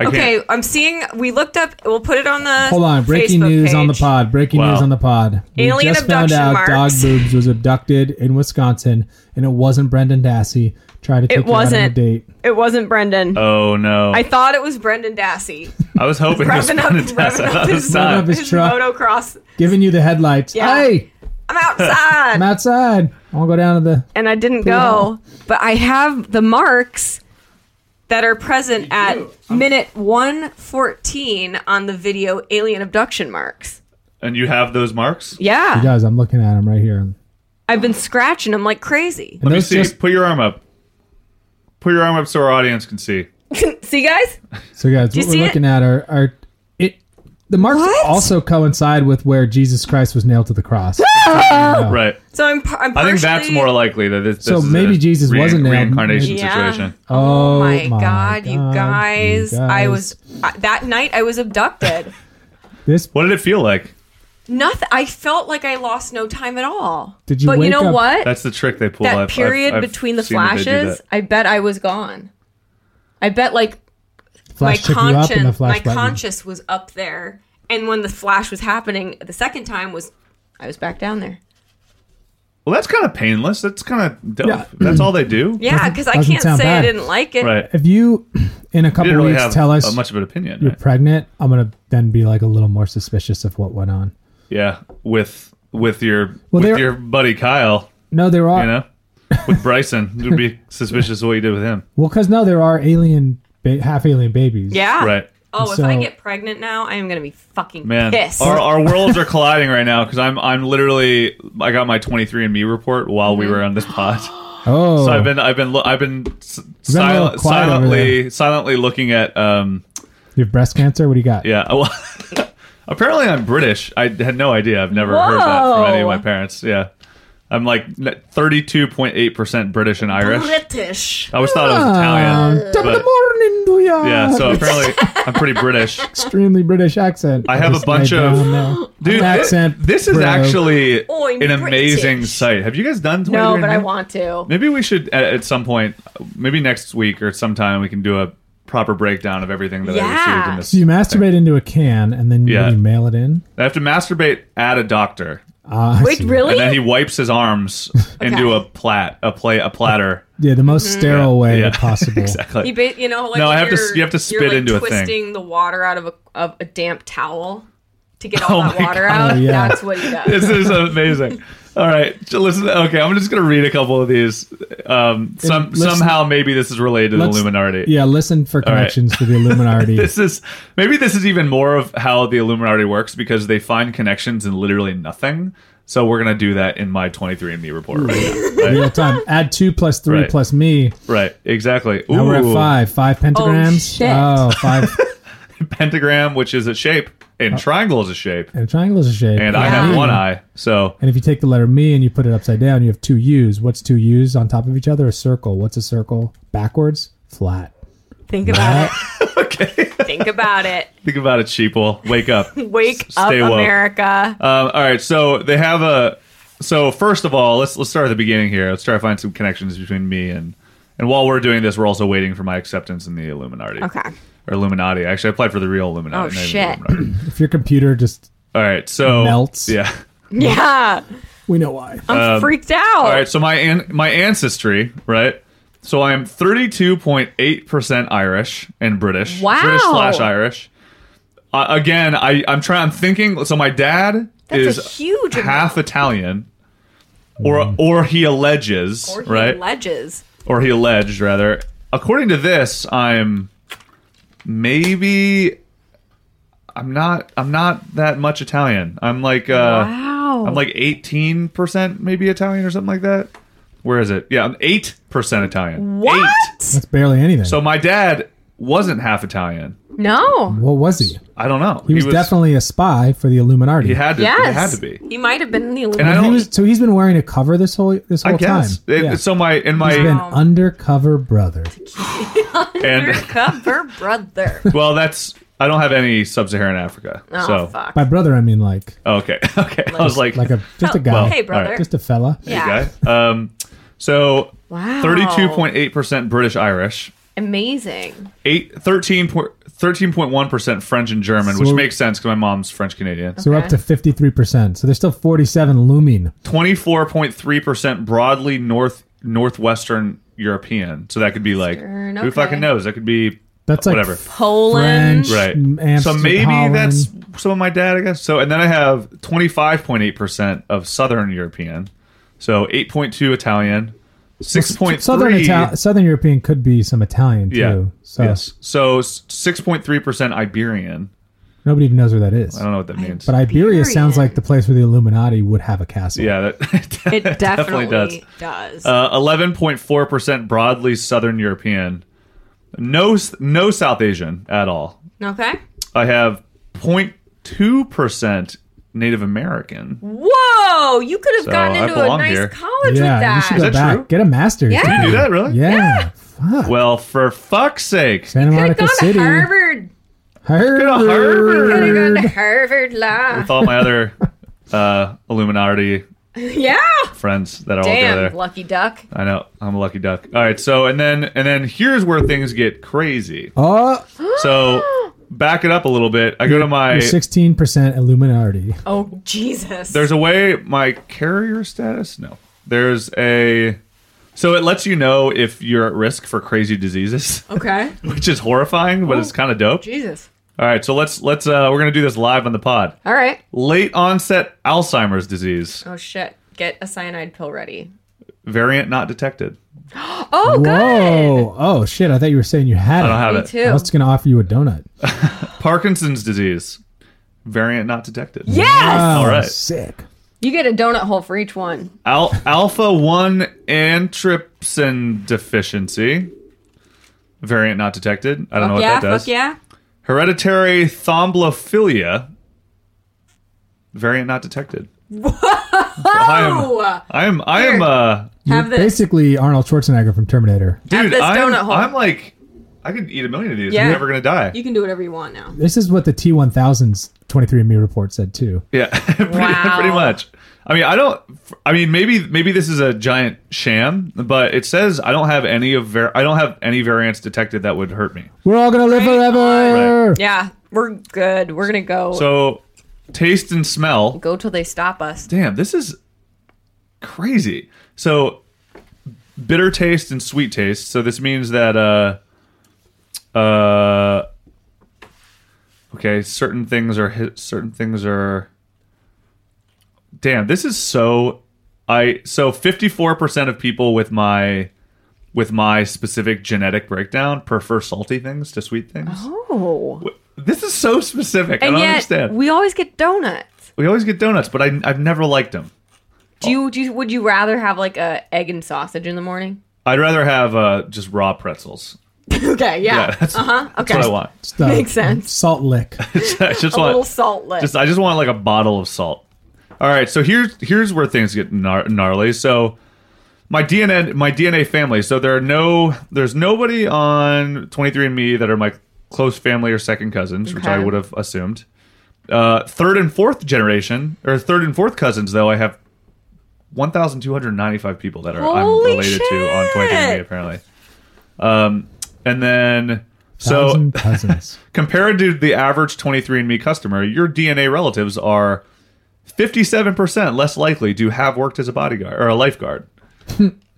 S4: I can't.
S5: Okay, I'm seeing. We looked up. We'll put it on the.
S6: Hold on, breaking
S5: Facebook
S6: news on the
S5: page.
S6: pod. Breaking
S4: Wow.
S6: news on the pod. We
S5: Alien
S6: just found
S5: abduction
S6: out
S5: marks.
S6: Dog Boobs was abducted in Wisconsin, and it wasn't Brendan Dassey trying to take
S5: It
S6: her out on a
S5: wasn't.
S6: date.
S5: It wasn't Brendan.
S4: Oh no!
S5: I
S4: I,
S5: thought it was Brendan Dassey.
S4: was hoping it was
S5: Revving up,
S4: fun and
S5: revving up
S4: It was
S5: his,
S4: not.
S6: Up his
S5: his
S6: truck.
S5: motocross.
S6: Giving you the headlights.
S5: Yeah.
S6: Hey,
S5: I'm outside.
S6: I'm outside. I want to go down to the.
S5: and I didn't go. But I have the marks that are present at minute 114 on the video alien abduction marks.
S4: And you have those marks?
S5: Yeah.
S6: Guys, I'm looking at him right here. And
S5: I've been scratching them like crazy.
S4: Let me
S6: those
S4: see.
S6: just-
S4: Put your arm up. Put your arm up so our audience can see.
S5: See, guys?
S6: so, guys,
S5: you
S6: what
S5: see
S6: we're
S5: it?
S6: looking at are are it. The marks
S5: What?
S6: also coincide with where Jesus Christ was nailed to the cross.
S4: Right.
S5: So I'm, par- I'm
S4: I
S5: partially,
S4: think that's more likely that this. this
S6: Oh. So
S4: is a
S6: maybe Jesus
S4: rein-
S6: wasn't nailed.
S4: reincarnation
S5: Yeah.
S4: situation.
S5: Oh,
S6: Oh
S5: my,
S6: my
S5: god, you
S6: God, you
S5: guys. I
S6: guys.
S5: was I, that night I was abducted.
S6: This
S4: What did it feel like?
S5: Nothing I felt like I lost no time at all.
S6: Did you
S5: But you
S6: wake
S5: know
S6: up-
S5: what?
S4: That's the trick they pull.
S5: that
S4: I've- I've-
S5: period
S4: I've
S5: between the
S4: seen that they do
S5: flashes,
S4: that.
S5: I bet I was gone. I bet like
S6: flash
S5: my
S6: took you up,
S5: conscience,
S6: and the flash
S5: my
S6: button.
S5: conscious was up there, and when the flash was happening the second time was, I was back down there.
S4: Well, that's kind of painless. That's kind of dope.
S6: Yeah.
S4: That's all they do.
S5: Yeah, because I
S6: doesn't
S5: can't say
S6: sound
S5: I
S6: bad.
S5: didn't like it.
S4: Right.
S6: if you, in a
S4: You
S6: couple
S4: didn't really
S6: weeks,
S4: have
S6: tell us
S4: uh, much of an opinion.
S6: you're
S4: right?
S6: pregnant, I'm gonna then be like a little more suspicious of what went on.
S4: Yeah, with with your
S6: Well,
S4: with
S6: they're-
S4: your buddy Kyle,
S6: No, there are
S4: you know, with Bryson, it would be suspicious of what you did with him,
S6: well, because no, there are alien ba- half alien babies.
S5: Yeah.
S4: right?
S5: Oh, if I
S6: So-
S5: get pregnant now, I am gonna be fucking
S4: Man,
S5: pissed.
S4: our our worlds are colliding right now because I'm I'm literally I got my 23andMe report while we were on this pod,
S6: Oh,
S4: so I've been I've been lo- I've been s-
S6: been a little
S4: silent,
S6: quiet over
S4: silently silently looking at um
S6: you have breast cancer. What do you got?
S4: yeah. Well, apparently I'm British. I had no idea. I've never heard that from any of
S5: Whoa.
S4: my parents. Yeah. I'm like 32.8% British and Irish.
S5: British.
S4: I always thought I was Italian.
S6: Top of
S4: but-
S6: the morning to ya.
S4: Yeah, so apparently I'm pretty British.
S6: extremely British accent.
S4: I have a
S6: Just
S4: bunch
S6: laid
S4: of-
S6: down there.
S4: Dude,
S6: An
S4: accent,
S6: accent.
S4: this is
S6: bro.
S4: actually
S5: Oh, I'm
S4: an amazing
S5: British.
S4: site. Have you guys done 23
S5: No, but I want to.
S4: Maybe we should at, at some point, maybe next week or sometime, we can do a proper breakdown of everything that I received
S5: Yeah.
S4: in this.
S6: So you masturbate into a can and then
S4: Yeah.
S6: you mail it in.
S4: I have to masturbate at a doctor,
S6: Ah, I
S5: Wait,
S6: see.
S5: really?
S4: and then he wipes his arms into a plat, a play, a platter.
S6: Yeah, the most sterile way
S4: Mm-hmm. Yeah,
S6: possible.
S4: exactly.
S5: You, ba- you know, like
S4: No, I have to-
S5: you're-
S4: you have to
S5: you're,
S4: spit
S5: like,
S4: into a thing.
S5: Twisting the water out of a of a damp towel to get all
S4: Oh
S5: that
S4: my
S5: water
S6: God.
S5: out.
S6: Oh, yeah.
S5: That's what he does.
S4: this is amazing. All right, so listen. Okay, I'm just gonna read a couple of these. Um, some
S6: listen-
S4: somehow maybe this is related to the
S6: Let's-
S4: Illuminati.
S6: Yeah, listen for
S4: right.
S6: connections to the Illuminati.
S4: This is maybe this is even more of how the Illuminati works because they find connections in literally nothing. So we're gonna do that in my 23andMe report right now. Right,
S6: Real time. Add two plus three
S4: Right.
S6: plus me.
S4: right. exactly.
S6: Now we're at
S4: Ooh.
S6: five. Five pentagrams.
S5: Oh, shit.
S6: Oh, five.
S4: pentagram, which is a shape,
S6: Oh.
S4: and triangle is a shape,
S6: and a triangle is a shape.
S4: and I
S5: Yeah.
S4: have one eye. So
S6: And if you take the letter me and you put it upside down, you have two U's. What's two U's on top of each other? A circle. What's a circle? Backwards? Flat.
S5: Think about
S4: okay,
S5: it. Think about it.
S4: think about it, sheeple. Wake up.
S5: Wake
S4: S-
S5: up,
S4: stay woke.
S5: America.
S4: Um, all right, so they have a. So first of all, let's let's start at the beginning here. Let's try to find some connections between me and and while we're doing this, we're also waiting for my acceptance in the Illuminati.
S5: Okay.
S4: Or Illuminati. Actually, I applied for the real Illuminati.
S5: Oh,
S4: not even the
S5: shit.
S4: Illuminati.
S6: If your computer just,
S4: All right, so
S6: Melts.
S4: Yeah. Um,
S5: Yeah,
S6: we know why.
S5: I'm freaked out.
S4: All right, so my an- my ancestry, right? So I am 32.8% Irish and British.
S5: Wow.
S4: British slash Irish. Uh, again, I, I'm trying, I'm thinking, so my dad
S5: That's a
S4: is
S5: huge
S4: half Italian, or or he alleges,
S5: Or he
S4: right?
S5: alleges.
S4: or he alleged, rather. According to this, I'm maybe, I'm not, I'm not that much Italian. I'm like, uh,
S5: Wow.
S4: I'm like 18% maybe Italian or something like that. Where is it? Yeah, I'm 8% Italian.
S5: What?
S4: Eight.
S6: That's barely anything.
S4: So my dad wasn't half Italian.
S5: no.
S6: what was he?
S4: I don't know.
S6: He was, definitely a spy for the Illuminati.
S4: he had to
S5: Yes.
S4: he had to be.
S5: He might have been in the
S4: And I
S5: Illuminati.
S4: don't
S6: He was- so he's been wearing a cover this whole this whole
S4: I guess.
S6: time.
S4: It-
S6: Yeah.
S4: So my and
S6: he's been
S4: my
S6: undercover brother.
S4: and
S5: Undercover brother.
S4: well that's I don't have any sub-Saharan Africa.
S5: Oh,
S4: so
S5: fuck.
S6: By brother, I mean like
S4: okay. Okay. I was like,
S6: like a just a
S5: Oh,
S6: guy,
S4: well,
S5: hey, brother.
S4: all right,
S6: just a fella.
S5: yeah.
S4: okay. Um so
S5: Wow.
S4: 32.8% British Irish.
S5: Amazing.
S4: Eight, 13 percent French and German, which
S6: So-
S4: makes sense because my mom's French Canadian.
S6: So we're up
S5: Okay.
S6: to fifty three percent. So there's still forty seven looming.
S4: 24.3% broadly north northwestern European. So that could be like
S5: Western,
S4: who
S5: okay.
S4: fucking knows? That could be
S6: That's like
S4: whatever.
S5: Poland.
S4: Right.
S6: French, Amsterdam,
S4: so maybe
S6: Holland.
S4: that's some of my dad, I guess. So and then I have 25.8% of southern European. So 8.2 Italian, 6.3
S6: Southern Ital- Southern European could be some Italian too.
S4: Yeah.
S6: So
S4: Yes. So 6.3% Iberian.
S6: nobody even knows where that is.
S4: I don't know what that means.
S6: But Iberia
S5: Period.
S6: sounds like the place where the Illuminati would have a castle.
S4: yeah, that
S5: It definitely,
S4: does. Uh,
S5: does.
S4: eleven point four percent broadly Southern European. No, no South Asian at all.
S5: okay.
S4: I have 02 percent Native American.
S5: Whoa, you could have
S4: So,
S5: gotten
S4: I
S5: into a
S4: belong
S5: nice
S4: here.
S5: college
S6: yeah. You
S5: with that.
S6: should go
S4: Is that
S6: back.
S4: true?
S6: Get a master's.
S5: Yeah.
S4: Do
S6: degree.
S4: that really?
S6: Yeah. Fuck.
S4: Well, for fuck's sake.
S6: Santa
S5: Could have
S6: Monica
S5: gone
S6: City.
S5: to Harvard.
S6: Harvard.
S4: Go
S5: Could
S4: to
S5: have
S4: Harvard.
S5: gone to Harvard Law.
S4: With all my other uh, Illuminati
S5: yeah.
S4: friends that are all
S5: Damn,
S4: together.
S5: lucky duck.
S4: I know. I'm a lucky duck. All right. So and then and then here's where things get crazy.
S6: Oh,
S4: So back it up a little bit. I go to my
S6: you're 16% Illuminati.
S5: Oh, Jesus.
S4: there's a way my carrier status no there's a so it lets you know if you're at risk for crazy diseases
S5: okay.
S4: which is horrifying but it's kind of dope
S5: Jesus.
S4: all right so let's let's uh we're gonna do this live on the pod
S5: All right.
S4: late onset alzheimer's disease
S5: Oh, shit. Get a cyanide pill ready.
S4: variant not detected
S5: Oh, good.
S6: Whoa. Oh, shit. I thought you were saying you had
S4: i don't
S6: it.
S4: have
S5: Me
S4: it
S5: too.
S6: I was going to offer you a donut.
S4: parkinson's disease variant not detected
S5: Yes.
S4: all right
S6: Oh, Sick.
S5: You get a donut hole for each one.
S4: Al- alpha 1 antitrypsin deficiency variant not detected i don't know what
S5: yeah,
S4: that does
S5: fuck yeah.
S4: Hereditary thrombophilia. Variant not detected.
S5: Oh,
S4: I am. I am.
S5: Here.
S4: Uh,
S5: have this.
S6: Basically, Arnold Schwarzenegger from Terminator.
S4: dude,
S5: this
S4: I'm,
S5: donut hole.
S4: I'm like, I could eat a million of these.
S5: Yeah.
S4: I'm never gonna die.
S5: You can do whatever you want now.
S6: This is what the T1000's 23andMe report said, too.
S4: yeah, pretty,
S5: Wow.
S4: pretty much. I mean, I don't. I mean, maybe maybe this is a giant sham, but it says I don't have any of. Var- I don't have any variants detected that would hurt me.
S6: We're all going to live forever.
S5: Yeah, we're good. We're gonna go
S4: So, taste and smell.
S5: go till they stop us.
S4: damn, this is crazy. So bitter taste and sweet taste. So this means that uh uh okay, certain things are hit, certain things are Damn, this is so I so 54% of people with my with my specific genetic breakdown prefer salty things to sweet things.
S5: Oh,
S4: This is so specific. I
S5: and
S4: don't
S5: yet
S4: understand.
S5: we always get donuts.
S4: We always get donuts, but I, I've never liked them.
S5: Do you, do you would you rather have like a egg and sausage in the morning?
S4: I'd rather have uh, just raw pretzels.
S5: okay, yeah.
S4: that's,
S5: uh-huh. Okay.
S4: that's what I want.
S8: Just, uh,
S5: Makes sense.
S8: Salt lick.
S4: I just
S5: A
S4: want
S5: little salt lick.
S4: Just I just want like a bottle of salt. All right, so here's here's where things get gnar- gnarly. So my DNA my DNA family. So there are no there's nobody on 23andMe that are my close family or second cousins, which I
S5: Okay.
S4: would have assumed. Uh, third and fourth generation or third and fourth cousins though, I have 1,295 people that are
S5: Holy
S4: I'm related to on 23andMe
S5: shit!
S4: apparently. Um, and then so
S6: Thousand cousins.
S4: compared to the average 23andMe customer, your DNA relatives are 57% less likely to have worked as a bodyguard or a lifeguard.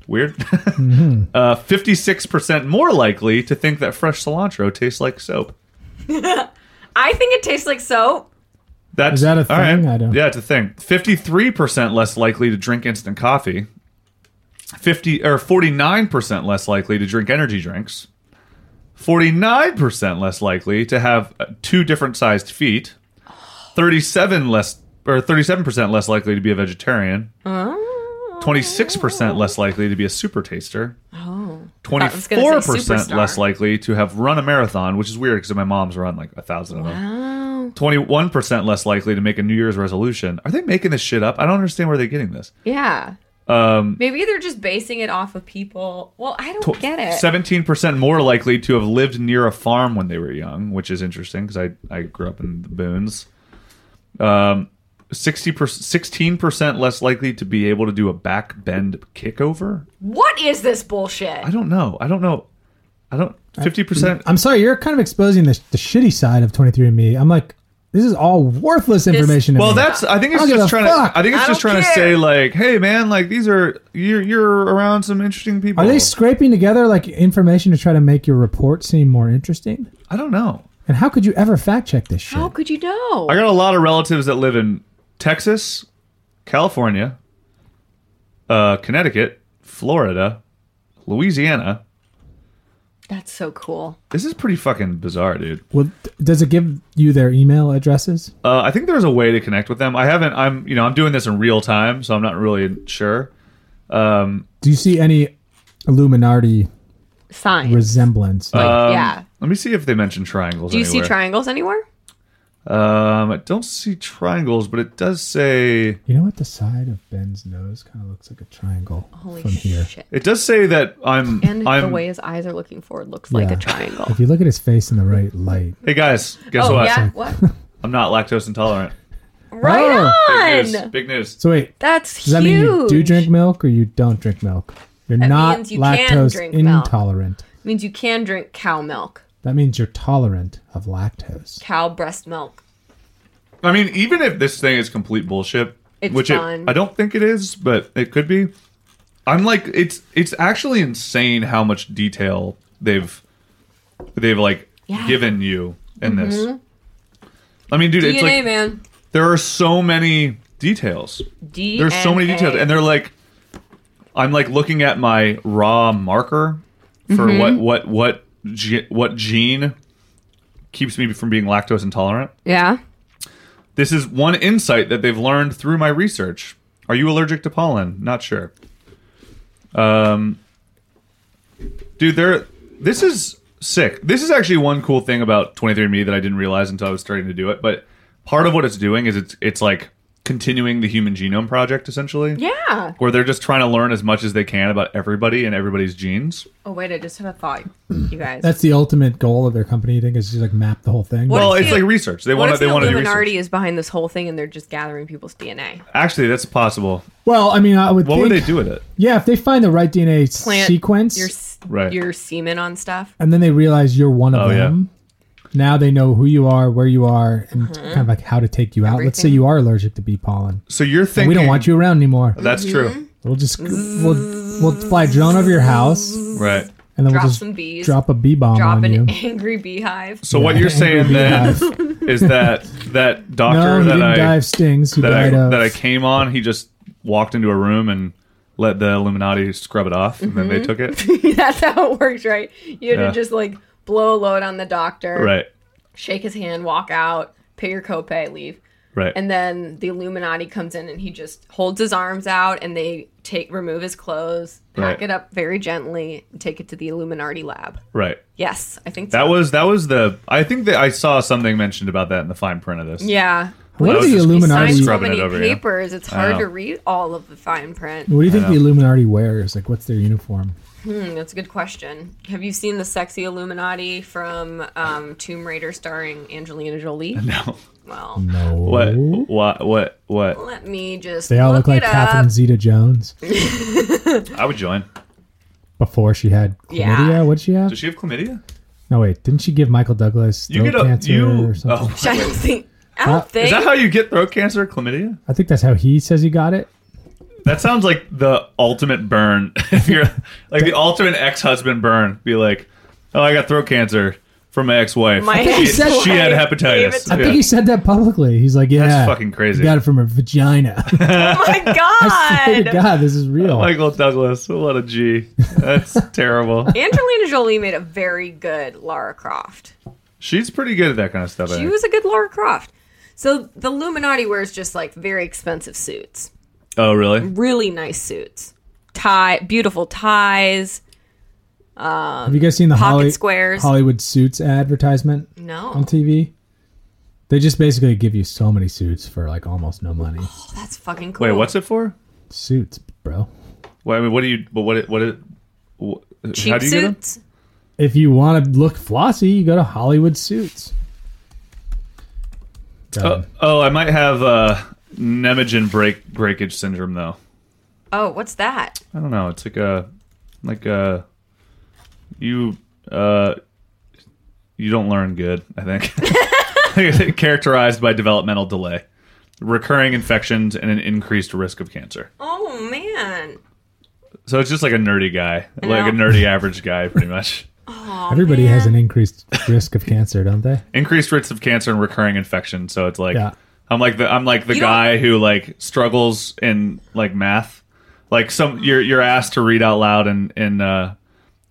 S4: Weird. uh, 56% more likely to think that fresh cilantro tastes like soap.
S5: I think it tastes like soap.
S4: That's,
S6: Is that a
S4: all right.
S6: thing? I don't-
S4: Yeah, it's a thing. 53% less likely to drink instant coffee. 50 or 49% less likely to drink energy drinks. 49% less likely to have uh, two different sized feet. 37 less or 37% less likely to be a vegetarian. 26% less likely to be a super taster.
S5: Oh. I was gonna say
S4: 24%
S5: superstar.
S4: less likely to have run a marathon, which is weird because my mom's run like a thousand of them.
S5: Oh,
S4: 21% less likely to make a New Year's resolution. Are they making this shit up? I don't understand where they're getting this.
S5: Yeah.
S4: Um,
S5: Maybe they're just basing it off of people. Well, I don't get it.
S4: 17% more likely to have lived near a farm when they were young, which is interesting because I, I grew up in the boons. Um, 60 16% less likely to be able to do a back bend kickover.
S5: what is this bullshit?
S4: I don't know. I don't know. I don't. 50%.
S6: I'm sorry, you're kind of exposing the, the shitty side of 23andMe. I'm like, this is all worthless information. to
S4: Well,
S6: me.
S4: that's. I think it's
S6: I don't
S4: just
S6: give a
S4: trying
S6: fuck.
S4: to. I think it's
S5: I
S4: just
S5: don't
S4: trying to
S5: care.
S4: say like, hey man, like these are you're you're around some interesting people.
S6: Are they scraping together like information to try to make your report seem more interesting?
S4: I don't know.
S6: And how could you ever fact check this shit?
S5: How could you know?
S4: I got a lot of relatives that live in Texas, California, uh, Connecticut, Florida, Louisiana.
S5: That's so cool.
S4: This is pretty fucking bizarre, dude.
S6: Well, th- does it give you their email addresses?
S4: Uh, I think there's a way to connect with them. I haven't. I'm you know I'm doing this in real time, so I'm not really sure. Um,
S6: Do you see any Illuminati
S5: Sign.
S6: resemblance? Like,
S4: um,
S5: yeah.
S4: Let me see if they mention triangles.
S5: Do you see
S4: anywhere.
S5: triangles anywhere?
S4: Um, I don't see triangles, but it does say
S6: you know what? The side of Ben's nose kind of looks like a triangle
S5: Holy
S6: from here.
S5: shit.
S4: it does say that I'm
S5: And
S4: I'm.
S5: the way his eyes are looking forward looks like
S6: Yeah.
S5: a triangle.
S6: If you look at his face in the right light,
S4: Hey guys, guess
S5: oh,
S4: what?
S5: yeah? What?
S4: I'm not lactose intolerant. Oh.
S5: right
S4: Big news.
S5: on!
S4: Big news.
S6: so wait,
S5: That's
S6: does that
S5: huge.
S6: mean you do drink milk or you don't drink milk? You're not
S5: means you can
S6: lactose
S5: drink milk.
S6: intolerant.
S5: means you can drink cow milk,
S6: That means you're tolerant of lactose.
S5: cow breast milk.
S4: I mean, even if this thing is complete bullshit,
S5: It's
S4: which it-
S5: fun.
S4: I don't think it is, but it could be. I'm like, it's it's actually insane how much detail they've they've like
S5: Yeah. Mm-hmm.
S4: given you in this. I mean, dude, it's
S5: DNA,
S4: like
S5: man.
S4: there are so many details.
S5: DNA.
S4: There's so many details, and they're like, I'm like looking at my raw marker for
S5: Mm-hmm.
S4: what what what ge- what gene keeps me from being lactose intolerant.
S5: yeah.
S4: This is one insight that they've learned through my research. Are you allergic to pollen? Not sure. Um, dude, there. This is sick. This is actually one cool thing about 23andMe that I didn't realize until I was starting to do it. But part of what it's doing is it's it's like continuing the Human Genome Project essentially,
S5: Yeah.
S4: where they're just trying to learn as much as they can about everybody and everybody's genes.
S5: Oh wait, I just had a thought, you guys.
S6: That's the ultimate goal of their company. You think is just like map the whole thing.
S5: What
S4: well,
S5: if
S4: it's
S5: the-
S4: like research. They
S5: what
S4: want to
S5: if the
S4: they want to do
S5: Illuminati
S4: research.
S5: is behind this whole thing and they're just gathering people's DNA?
S4: Actually, that's possible.
S6: Well, I mean, I would.
S4: What
S6: think,
S4: would they do with it?
S6: Yeah, if they find the right DNA
S5: Plant
S6: sequence,
S5: your s-
S4: Right.
S5: your semen on stuff.
S6: and then they realize you're one of
S4: Oh, yeah.
S6: them. Now they know who you are, where you are, and kind of like how to take you out. Let's
S5: Uh-huh.
S6: say
S5: Everything.
S6: you are allergic to bee pollen.
S4: So you're thinking
S6: we don't want you around anymore.
S4: That's true.
S6: We'll just we'll, we'll fly a drone over your house,
S5: Mm-hmm.
S6: and
S4: Right.
S6: then
S5: Drop
S6: we'll just
S5: some bees.
S6: drop a bee bomb
S5: drop
S6: on
S5: an
S6: you.
S5: angry beehive.
S4: So what you're saying then is that that
S6: No,
S4: doctor
S6: he
S4: that
S6: didn't
S4: I
S6: die of stings. He
S4: that I
S6: died of.
S4: that I came on, he just walked into a room and let the Illuminati scrub it off, and then
S5: Mm-hmm.
S4: they took it.
S5: That's how it works, right? You had
S4: Yeah.
S5: to just like blow a load on the doctor,
S4: right.
S5: shake his hand, walk out, pay your copay, leave.
S4: Right.
S5: and then the Illuminati comes in and he just holds his arms out and they take remove his clothes, pack
S4: Right.
S5: it up very gently, and take it to the Illuminati lab.
S4: right.
S5: Yes, I think
S4: That
S5: so.
S4: was that was the. I think that I saw something mentioned about that in the fine print of this.
S5: yeah.
S7: What
S4: was
S7: do the
S4: just-
S5: He
S7: Illuminati?
S5: signed so
S4: Scrubbing it
S5: many
S4: over, yeah.
S5: papers; it's
S4: know.
S5: hard to read all of the fine print.
S7: What do you think the Illuminati wears? Like, what's their uniform?
S5: Hmm, that's a good question. Have you seen the sexy Illuminati from um, Tomb Raider starring Angelina Jolie?
S4: No.
S5: Well,
S7: No.
S4: What? What? What? What?
S5: let me just
S7: They all look,
S5: it
S7: like
S5: up.
S7: Catherine Zeta Jones
S4: I would join.
S7: before she had chlamydia.
S5: Yeah.
S7: What did she have?
S4: Does she have chlamydia?
S7: No, wait. Didn't she give Michael Douglas
S4: You
S7: throat
S4: get a
S7: cancer
S4: you.
S7: or something?
S4: Oh,
S5: I don't think. I don't
S7: Uh,
S5: think.
S4: is that how you get throat cancer? Chlamydia?
S7: I think that's how he says he got it.
S4: That sounds like the ultimate burn. if you're like the ultimate ex-husband burn, be like, oh, I got throat cancer from my ex-wife.
S5: My
S4: she,
S5: ex-wife
S4: she had
S5: gave it
S4: hepatitis.
S5: to
S7: I
S4: Yeah.
S7: think he said that publicly. He's like, yeah,
S4: fucking crazy.
S7: I got it from her vagina.
S5: oh my
S7: Dear
S5: god!
S7: God, this is real.
S4: Michael Douglas, what a G. That's terrible.
S5: Angelina Jolie made a very good Lara Croft.
S4: She's pretty good at that kind of stuff. I
S5: She
S4: think.
S5: was a good Lara Croft. So the Illuminati wears just like very expensive suits,
S4: oh, really?
S5: really nice suits, tie, beautiful ties.
S7: Have you guys seen the
S5: Pocket
S7: Holly-
S5: squares.
S7: Hollywood suits advertisement on
S5: No,
S7: TV? They just basically give you so many suits for like almost no money.
S5: that's fucking cool.
S4: Wait, what's it for?
S7: Suits, bro.
S4: Well, I mean, what do you? But what? It, what? It, wh-
S5: cheap
S4: how do you get them?
S5: suits?
S7: If you want to look flossy, you go to Hollywood Suits.
S4: Oh, oh, I might have uh, Nemogen break breakage syndrome though.
S5: Oh, what's that?
S4: I don't know. It's like a like a you uh you don't learn good. I think characterized by developmental delay, recurring infections, and an increased risk of cancer.
S5: Oh man,
S4: So it's just like a nerdy guy, like a
S5: know.
S4: nerdy average guy, pretty much.
S5: Oh,
S7: Everybody has an increased risk of cancer, don't they?
S4: Increased risks of cancer and recurring infection. So it's like
S7: Yeah.
S4: I'm like the I'm like the
S5: You don't-
S4: guy who like struggles in like math. Like some you're you're asked to read out loud in in uh,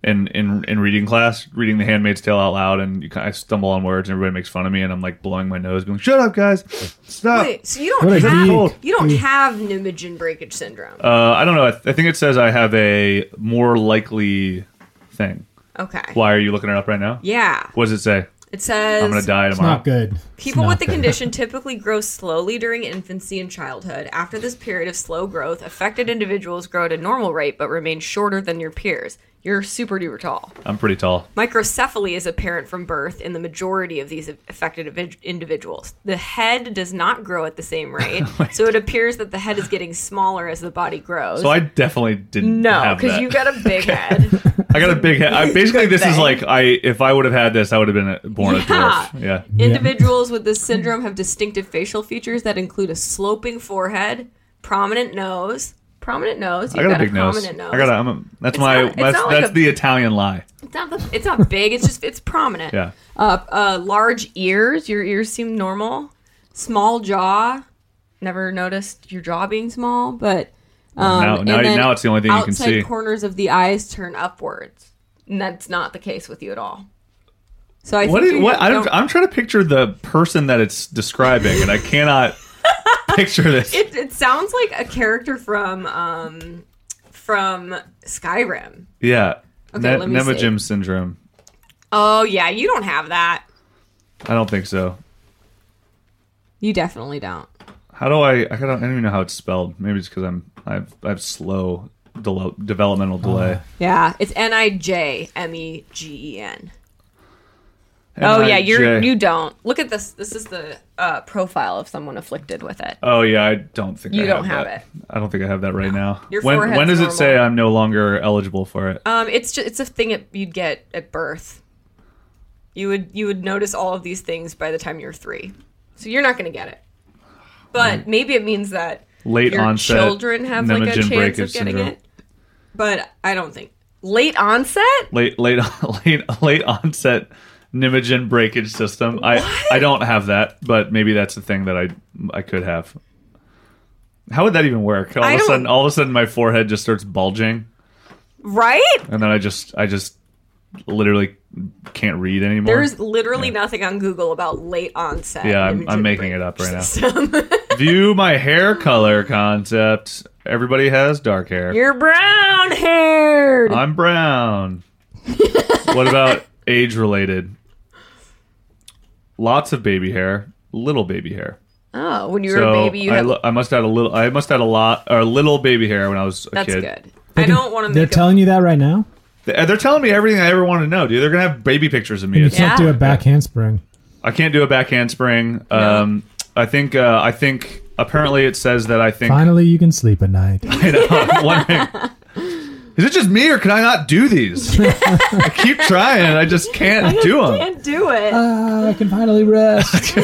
S4: in in in reading class, reading The Handmaid's Tale out loud, and you, ki- I stumble on words, and everybody makes fun of me, and I'm like blowing my nose, being like, "Shut up, guys, stop."
S5: Wait, so you don't
S7: What a
S5: have
S7: geek.
S5: you don't have pneumogen breakage syndrome.
S4: Uh, I don't know. I, th- I think it says I have a more likely thing.
S5: okay.
S4: Why are you looking it up right now?
S5: Yeah,
S4: What does it say?
S5: it says
S4: I'm gonna die
S7: It's
S4: tomorrow.
S7: not good.
S5: People with the
S7: condition.
S5: condition typically grow slowly during infancy and childhood. After this period of slow growth, affected individuals grow at a normal rate but remain shorter than your peers. You're super duper tall.
S4: I'm pretty tall.
S5: Microcephaly is apparent from birth in the majority of these affected invi- individuals. The head does not grow at the same rate, so it appears that the head is getting smaller as the body grows.
S4: So I definitely didn't.
S5: no,
S4: because
S5: because you got a big head.
S4: I got a big head. I, basically, this is
S5: thing.
S4: like I. If I would have had this, I would have been a, born a
S5: Yeah.
S4: dwarf. Yeah.
S5: Individuals with this syndrome have distinctive facial features that include a sloping forehead, prominent nose, prominent nose.
S4: I
S5: You've
S4: got, a big nose.
S5: prominent nose.
S4: I got. A, I'm a, that's
S5: It's
S4: my.
S5: not- it's
S4: that's
S5: not like
S4: that's
S5: a-
S4: the Italian lie.
S5: it's, not the, it's not big. It's just it's prominent.
S4: Yeah.
S5: Uh, uh, large ears. Your ears seem normal. Small jaw. Never noticed your jaw being small, but um,
S4: now,
S5: and
S4: now,
S5: then
S4: now it's the only thing you can
S5: outside
S4: see.
S5: corners of the eyes turn upwards, and that's not the case with you at all. So I
S4: What?
S5: think
S4: Is,
S5: you
S4: what? I don't,
S5: don't-
S4: I'm trying to picture the person that it's describing, and I cannot picture this.
S5: It, it sounds like a character from um from Skyrim.
S4: yeah.
S5: Okay, let me see.
S4: Nemogym syndrome.
S5: Oh yeah, you don't have that.
S4: I don't think so.
S5: You definitely don't.
S4: How do I? I don't, I don't even know how it's spelled. Maybe it's because I'm I've I've slow del- developmental
S5: Uh,
S4: delay.
S5: Yeah, it's N I J M E G E N. Oh yeah, you're
S4: NIJ.
S5: you don't. Look at this. This is the uh, profile of someone afflicted with it.
S4: Oh yeah, I don't think
S5: You
S4: I
S5: don't have
S4: that. I don't think I have that right now.
S5: Your
S4: when when
S5: forehead's
S4: does it say
S5: normal.
S4: I'm no longer eligible for it?
S5: Um, it's just, it's a thing that you'd get at birth. You would you would notice all of these things by the time you're three, so you're not going to get it. But maybe it means that
S4: Late
S5: your
S4: onset
S5: children have like a
S4: Nemogen
S5: chance of
S4: breakage
S5: getting
S4: syndrome.
S5: it. But I don't think late onset.
S4: Late late late late onset Nimogen breakage system. I I don't have that, but maybe that's the thing that I I could have. How would that even work? All
S5: I
S4: of a
S5: don't-
S4: sudden, all of a sudden, my forehead just starts bulging,
S5: Right?
S4: and then I just I just literally can't read anymore.
S5: There's literally nothing on Google about late onset.
S4: Yeah, I'm- I'm making it up right now. View my hair color concept. Everybody has dark hair.
S5: You're brown haired.
S4: I'm brown. what about age related? Lots of baby hair, little baby hair.
S5: Oh, when you were
S4: So
S5: a baby, you
S4: I,
S5: had.
S4: lo- I must had a little. I must had a lot or little baby hair when I was a
S5: that's
S4: kid.
S5: good. I don't want to
S6: They're
S5: make.
S6: telling you that right now.
S4: They- They're telling me everything I ever wanted to know, dude. They're gonna have baby pictures of me.
S6: You
S4: It's-
S6: can't
S5: Yeah.
S6: do a back handspring.
S4: I can't do a back handspring. Um, I think. Uh, I think. Apparently, it says that I think.
S6: Finally, you can sleep at night.
S4: You know, I'm wondering, is it just me or can I not do these? I keep trying, and I just can't do them.
S5: I can't do it.
S6: ah, I can finally rest.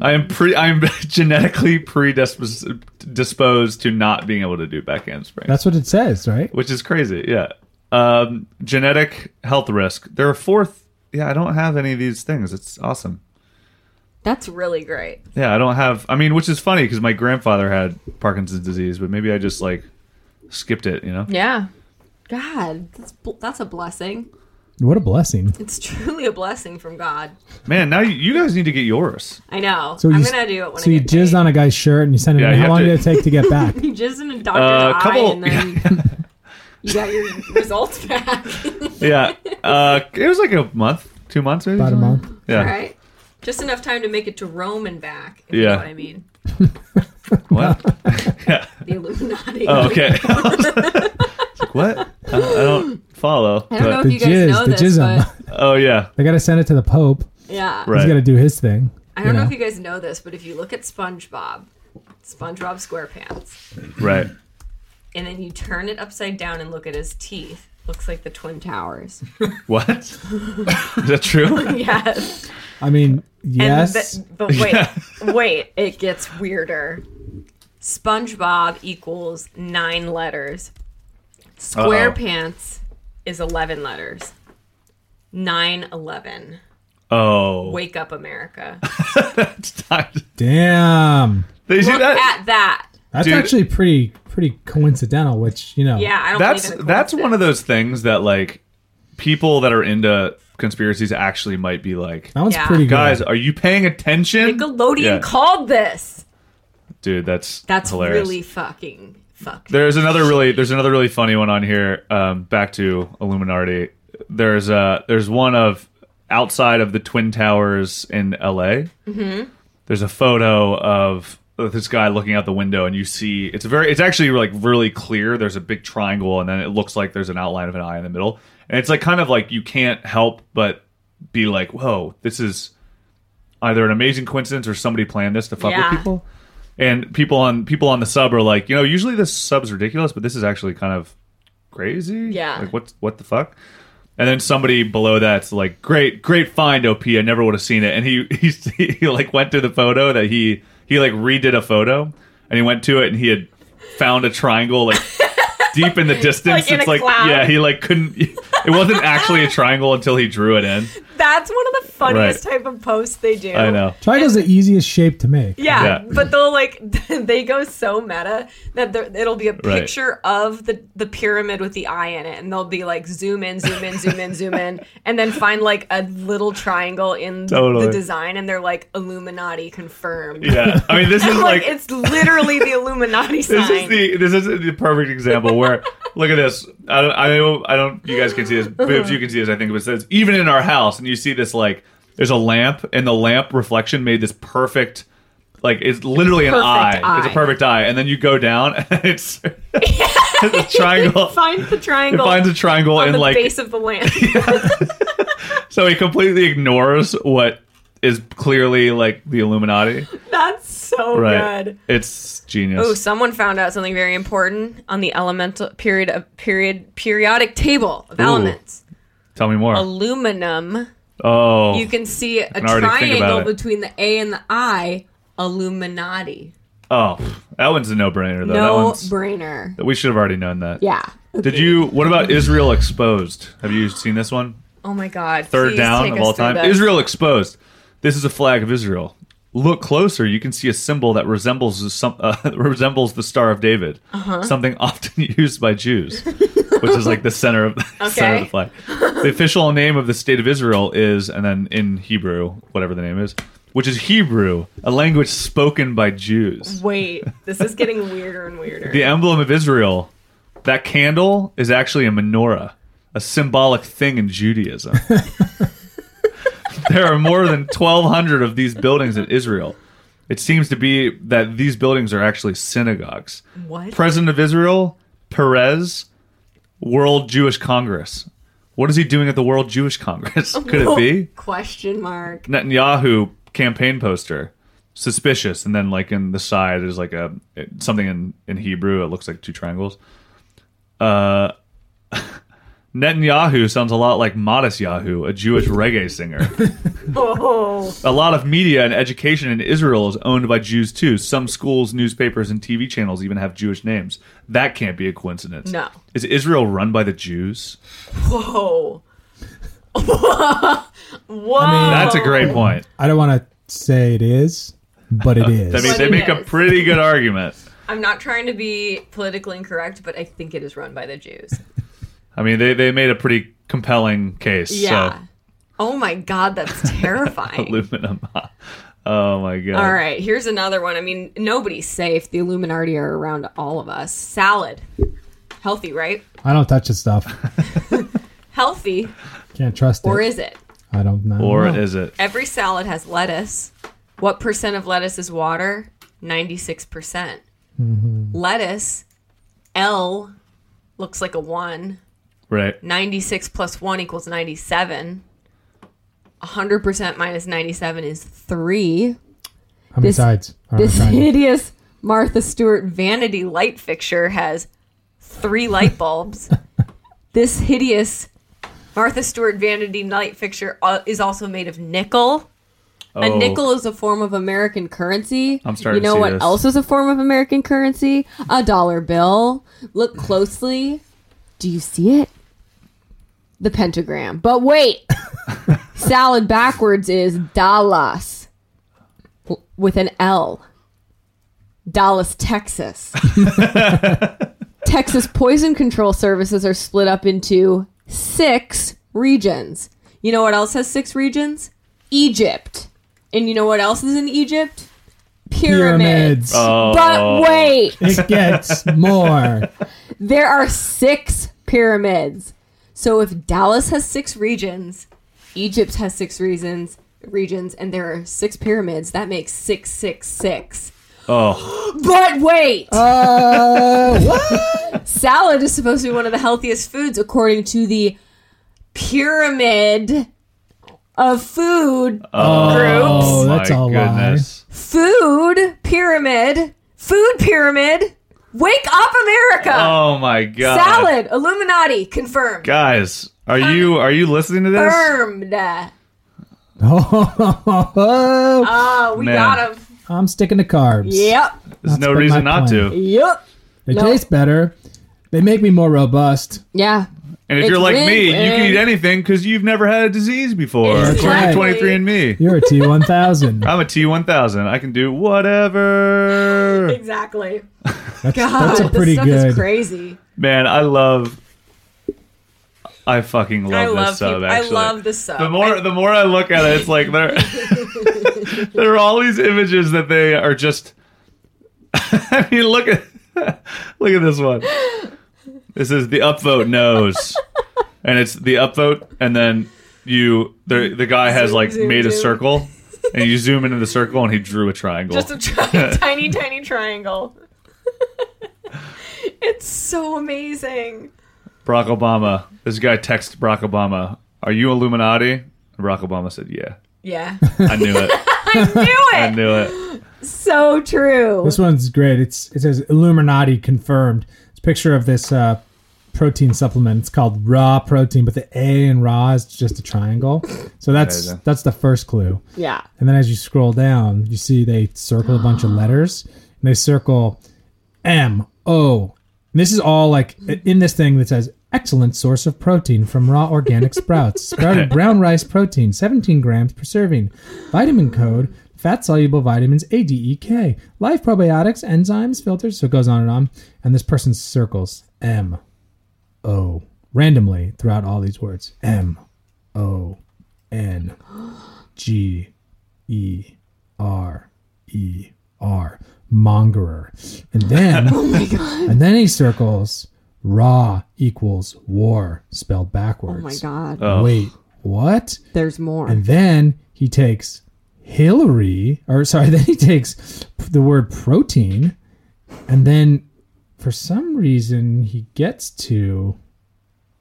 S4: I am pre. I'm genetically predisposed to not being able to do back handspring,
S6: That's what it says, right?
S4: which is crazy. Yeah. Um, genetic health risk. There are fourth. Yeah, I don't have any of these things. It's awesome.
S5: that's really great.
S4: Yeah, I don't have. I mean, which is funny because my grandfather had Parkinson's disease, but maybe I just like skipped it. You know.
S5: Yeah. God, that's bl- that's a blessing.
S6: What a blessing.
S5: It's truly a blessing from God.
S4: Man, now you, you guys need to get yours.
S5: I know.
S6: So
S5: I'm
S6: you-
S5: gonna do it when
S6: So
S5: I
S6: you
S5: get
S6: jizzed
S5: paid.
S6: on a guy's shirt and you sent him.
S4: Yeah, you
S6: How
S4: have
S6: long
S4: to-
S6: did it take to get back?
S5: You jizzed in a
S4: Uh, A
S5: doctor's eye,
S4: couple.
S5: and then you got your results back.
S4: yeah. Uh, it was like a month, two months maybe.
S6: About a month.
S4: Yeah.
S5: All right. Just enough time to make it to Rome and back. If You
S4: Yeah.
S5: know what I mean?
S4: What?
S5: The Illuminati.
S4: Oh, okay. It's like, what? I, I don't follow.
S5: I don't know
S4: but-
S5: if
S6: The
S5: you guys know
S6: jizz, the
S5: this,
S6: jism.
S5: but
S4: oh yeah.
S6: They got to send it to the Pope.
S5: yeah.
S4: Right.
S6: He's got to do his thing.
S5: I don't know.
S6: know.
S5: if you guys know this, but if you look at SpongeBob, SpongeBob SquarePants,
S4: Right.
S5: and then you turn it upside down and look at his teeth, looks like the Twin Towers.
S4: What? Is that true?
S5: yes.
S6: I mean,
S5: And
S6: yes.
S5: th- but wait, wait, it gets weirder. SpongeBob equals nine letters. SquarePants is eleven letters. Nine eleven.
S4: Oh.
S5: Wake up, America!
S4: It's not-
S6: Damn.
S4: They see
S5: Look
S4: that?
S5: at that.
S6: That's
S4: Dude.
S6: actually pretty pretty coincidental, which, you know.
S5: Yeah, I don't.
S4: That's
S5: believe in a
S4: that's one of
S5: coincidence.
S4: those things that like people that are into conspiracies actually might be like,
S6: That one's
S5: Yeah.
S6: pretty good.
S4: guys, are you paying attention?
S5: Nickelodeon
S4: Yeah.
S5: called this.
S4: Dude, that's
S5: That's
S4: hilarious.
S5: really fucking fucked.
S4: There's another really there's another really funny one on here. Um, back to Illuminati. There's uh there's one of outside of the Twin Towers in L.A. Mm-hmm. There's a photo of this guy looking out the window, and you see it's a very it's actually like really clear. There's a big triangle, and then it looks like there's an outline of an eye in the middle, and it's like kind of like you can't help but be like, whoa, this is either an amazing coincidence or somebody planned this to fuck
S5: Yeah.
S4: with people and people on people on the sub are like, you know, usually this sub's ridiculous, but this is actually kind of crazy.
S5: Yeah.
S4: Like what what the fuck? And then somebody below that's like, great, great find, OP. I never would have seen it. And he, he he like went to the photo that he he like redid a photo, and he went to it and he had found a triangle like deep in the distance.
S5: Like in
S4: it's
S5: a
S4: like
S5: cloud.
S4: yeah, he like couldn't. It wasn't actually a triangle until he drew it in.
S5: That's one of the funniest type of posts they do.
S4: I know.
S6: Triangle's the easiest shape to make.
S5: Yeah,
S4: Yeah.
S5: but they'll like they go so meta that there- it'll be a picture of the the pyramid with the eye in it, and they'll be like zoom in, zoom in, zoom in, zoom in, and then find like a little triangle in
S4: Totally.
S5: the design, and they're like Illuminati confirmed.
S4: Yeah, I mean, this is
S5: I'm like,
S4: like
S5: it's literally the Illuminati sign.
S4: This is the this is the perfect example where look at this. I don't I don't, I don't you guys can see this.
S5: Uh-huh.
S4: Boobs, you can see this. I think, but it says even in our house, and you see this like there's a lamp, and the lamp reflection made this perfect. Like it's literally an
S5: Perfect
S4: eye. It's
S5: eye.
S4: a perfect eye, and then you go down, and it's it's a triangle.
S5: Find the
S4: It
S5: triangle
S4: finds a triangle,
S5: on
S4: and
S5: the
S4: like
S5: base of the lamp.
S4: so he completely ignores what is clearly like the Illuminati.
S5: That's so
S4: Right?
S5: good.
S4: It's genius.
S5: Oh, someone found out something very important on the elemental period of period periodic table of elements.
S4: Tell me more.
S5: Aluminum.
S4: Oh,
S5: You can see a
S4: already think about
S5: triangle
S4: it.
S5: between the A and the I. Illuminati.
S4: oh, that one's a no-brainer though. that
S5: No
S4: one's,
S5: brainer.
S4: We should have already known that.
S5: Yeah.
S4: Did you? What about Israel Exposed? Have you seen this one?
S5: Oh my God.
S4: Third
S5: Please
S4: down
S5: take
S4: of
S5: us
S4: all
S5: through
S4: time.
S5: this.
S4: Israel Exposed. This is a flag of Israel. Look closer, you can see a symbol that
S5: Uh-huh.
S4: resembles the, some, uh, resembles the Star of David, something often used by Jews. which is like the center of the center of the flag. The official name of the state of Israel is, and then in Hebrew, whatever the name is, which is Hebrew, a language spoken by Jews.
S5: Wait, this is getting weirder and weirder.
S4: The emblem of Israel, that candle is actually a menorah, a symbolic thing in Judaism. there are more than 1,200 of these buildings in Israel. It seems to be that these buildings are actually synagogues.
S5: What?
S4: President of Israel, Perez, World Jewish Congress. What is he doing at the World Jewish Congress? Could it be?
S5: Question mark.
S4: Netanyahu campaign poster. Suspicious. And then, like, in the side is like a something in, in Hebrew. It looks like two triangles. Uh, Netanyahu sounds a lot like Modest Yahoo, a Jewish reggae singer.
S5: Oh,
S4: A lot of media and education in Israel is owned by Jews too. Some schools, newspapers, and TV channels even have Jewish names. That can't be a coincidence.
S5: No.
S4: Is Israel run by the Jews?
S5: whoa. Whoa.
S4: That's a great point.
S6: I don't want to say it is, but it is.
S4: I mean,
S5: But
S4: they
S5: it
S4: make a
S5: is.
S4: pretty good argument.
S5: I'm not trying to be politically incorrect, but I think it is run by the Jews.
S4: I mean, they, they made a pretty compelling case.
S5: Yeah. Oh my God, that's
S4: So,
S5: terrifying.
S4: aluminum. Oh my god.
S5: All right, here's another one. I mean, nobody's safe. The Illuminati are around all of us. Salad. Healthy, right?
S6: I don't touch this stuff.
S5: Healthy,
S6: Can't trust
S5: or
S6: it.
S5: is it?
S6: I don't know.
S4: Or is it?
S5: Every salad has lettuce. What percent of lettuce is water? 96%. percent Lettuce, L, looks like a 1.
S4: Right.
S5: 96 plus 1 equals 97. 100% minus 97 is 3.
S6: How many
S5: this-
S6: sides? All right,
S5: This
S6: I'm trying to-
S5: hideous Martha Stewart vanity light fixture has three light bulbs. this hideous Martha Stewart vanity light fixture uh, is also made of nickel.
S4: Oh.
S5: A nickel is a form of American currency.
S4: I'm starting
S5: You know
S4: to see
S5: what
S4: this.
S5: else is a form of American currency? A dollar bill. Look closely. Do you see it? The pentagram. But wait, salad backwards is Dallas w- with an L. Dallas, Texas. Texas Poison Control Services are split up into six regions. You know what else has six regions? Egypt. And you know what else is in Egypt? Pyramids.
S6: Pyramids.
S4: Oh.
S5: But wait,
S6: It gets more.
S5: there are six pyramids. So if Dallas has six regions, Egypt has six regions, regions, and there are six pyramids, that makes six, six, six.
S4: Oh.
S5: But wait,
S6: Uh,
S5: salad is supposed to be one of the healthiest foods according to the pyramid of food
S6: Oh,
S5: groups.
S6: that's
S4: my
S6: a lie.
S4: goodness.
S5: Food pyramid, food pyramid. Wake up, America!
S4: Oh my god.
S5: Uh, salad, Illuminati, confirmed.
S4: Guys, are you are you listening to this?
S5: Confirmed. Uh,
S6: oh,
S5: Oh, we
S4: Man.
S5: got him.
S6: I'm sticking to carbs.
S5: Yep.
S4: There's
S6: That's
S4: no
S6: been
S4: reason
S6: my
S4: not
S6: plan.
S4: to.
S5: Yep.
S6: They
S5: No.
S6: taste better. They make me more robust.
S5: Yeah.
S4: And if
S5: It's
S4: you're like me, you
S5: win-win.
S4: can eat anything because you've never had a disease before.
S5: Exactly.
S4: 23 and me.
S6: You're a T1000.
S4: I'm a T1000. I can do whatever.
S5: Exactly.
S6: That's,
S5: God,
S6: that's a pretty
S5: this stuff
S6: good.
S5: is crazy.
S4: Man, I love. I fucking love,
S5: I love.
S4: this sub.
S5: peop-
S4: Actually,
S5: I love this sub.
S4: The more the more I look at it, it's like there there are all these images that they are just. I mean, look at look at this one. This is the upvote nose, and it's the upvote, and then you the the guy has
S5: Zoom,
S4: like
S5: zoom,
S4: made a
S5: zoom.
S4: circle, and you zoom into the circle, and he drew a triangle.
S5: just a tri- tiny, tiny triangle. it's so amazing.
S4: Barack Obama. This guy texts Barack Obama, "Are you Illuminati?" And Barack Obama said, "Yeah."
S5: Yeah.
S4: I knew it.
S5: Do
S4: I
S5: it.
S4: knew it.
S5: So true.
S6: This one's great. It's it says Illuminati confirmed. It's a picture of this uh, protein supplement. It's called raw protein, but the A in raw is just a triangle. So that's
S4: Amazing.
S6: that's the first clue.
S5: yeah.
S6: And then as you scroll down, you see they circle a bunch of letters and they circle M O. And this is all like in this thing that says excellent source of protein from raw organic sprouts. Sprouted brown rice protein, 17 grams per serving. Vitamin code, fat soluble vitamins A, D, E, K. Live probiotics, enzymes, filters. So it goes on and on. And this person circles M O. O randomly throughout all these words. M O N G E R E R mongerer. And then
S5: Oh
S6: and then he circles raw equals war spelled
S5: Oh
S6: backwards.
S5: my god.
S4: Oh.
S6: Wait, what?
S5: There's more.
S6: And then he takes Hillary, or sorry, then he takes the word protein, and then for some reason he gets to.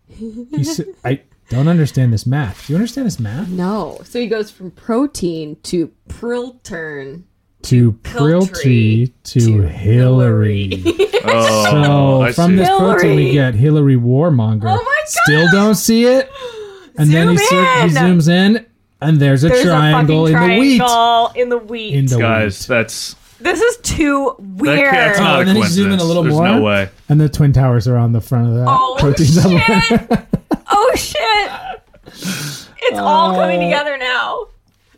S6: He s- I don't understand this math. Do you understand this math?
S5: no. So he goes from protein to priltern.
S6: To
S5: Piltry
S6: Prilty to, Hillary.
S4: Oh,
S6: So
S4: I
S6: from
S4: see.
S6: this protein
S5: Hillary.
S6: we get Hillary Warmonger.
S5: Oh my
S6: Still
S5: God.
S6: don't see it. And then he,
S5: Zoom
S6: cir- he
S5: in.
S6: zooms in, and there's a
S5: There's
S6: triangle
S5: a
S6: in
S5: fucking
S6: the wheat.
S5: triangle in the wheat.
S6: In the wheat.
S4: guys, that's
S5: this is too
S4: that,
S5: weird.
S4: that's not
S6: Oh,
S4: a
S6: and then you
S4: coincidence.
S6: zoom in a little
S4: There's
S6: more.
S4: no way.
S6: And the twin towers are on the front of that
S5: Oh
S6: protein supplement.
S5: shit! oh shit! It's all coming together now.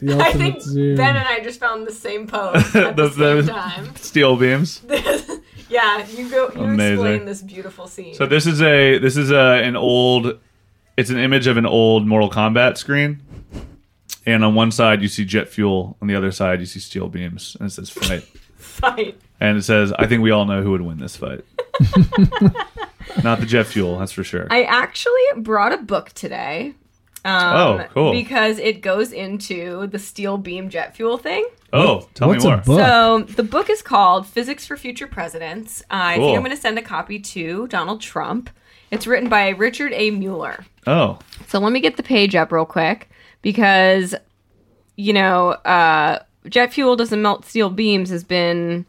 S6: The
S5: I
S6: ultimate
S5: think
S6: zoom.
S5: Ben and I just found the same pose at the,
S4: The- the-
S5: same time.
S4: Steel beams.
S5: Yeah, you go. You
S4: Amazing.
S5: explain this beautiful scene.
S4: So this is a this is a an old it's an image of an old Mortal Kombat screen. And on one side you see jet fuel, on the other side you see steel beams, and it says fight.
S5: Fight.
S4: and it says, I think we all know who would win this fight. Not the jet fuel, that's for sure.
S5: I actually brought a book today. Um,
S4: Oh, cool.
S5: Because it goes into the steel beam jet fuel thing.
S4: oh, tell
S6: What's
S4: me
S6: a
S4: more.
S6: book?
S5: So the book is called Physics for Future Presidents. I
S4: Cool.
S5: think I'm going to send a copy to Donald Trump. It's written by Richard A. Mueller.
S4: Oh,
S5: So let me get the page up real quick because, you know, uh, jet fuel doesn't melt steel beams has been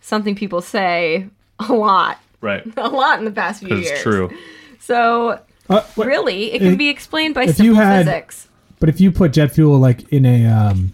S5: something people say a lot,
S4: right.
S5: a lot in the past few
S4: Because
S5: years.
S4: it's true.
S5: So
S6: Uh, wait,
S5: really, it can
S6: If-
S5: be explained by
S6: if
S5: simple
S6: you had-
S5: physics.
S6: But if you put jet fuel like in a um,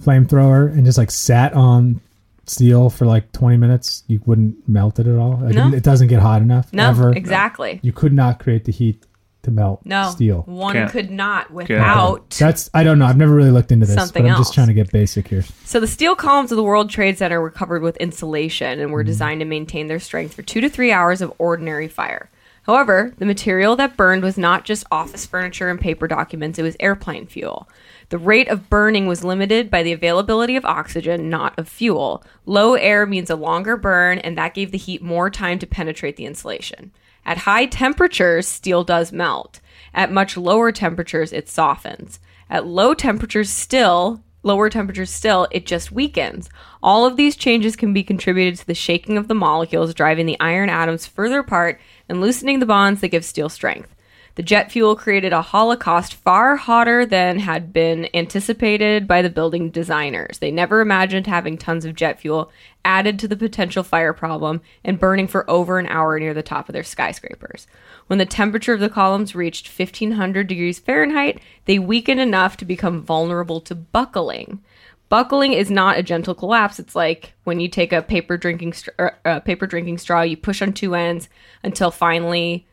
S6: flamethrower and just like sat on steel for like 20 minutes, you wouldn't melt it at all. Like,
S5: No.
S6: It doesn't get hot enough.
S5: No,
S6: ever.
S5: exactly.
S6: You could not create the heat to melt
S5: No,
S6: steel.
S5: one
S4: Can't.
S5: could not without.
S6: That's I don't know. I've never really looked into this,
S5: Something
S6: but I'm
S5: else.
S6: just trying to get basic here.
S5: So the steel columns of the World Trade Center were covered with insulation and were designed to maintain their strength for two to three hours of ordinary fire. However, the material that burned was not just office furniture and paper documents, it was airplane fuel. The rate of burning was limited by the availability of oxygen, not of fuel. Low air means a longer burn, and that gave the heat more time to penetrate the insulation. At high temperatures, steel does melt. At much lower temperatures, it softens. At low temperatures, still, lower temperatures still, it just weakens. All of these changes can be contributed to the shaking of the molecules, driving the iron atoms further apart and loosening the bonds that give steel strength. The jet fuel created a holocaust far hotter than had been anticipated by the building designers. They never imagined having tons of jet fuel added to the potential fire problem and burning for over an hour near the top of their skyscrapers. When the temperature of the columns reached 1500 degrees Fahrenheit, they weakened enough to become vulnerable to buckling. Buckling is not a gentle collapse. It's like when you take a paper drinking str- or, uh, paper drinking straw, you push on two ends until finally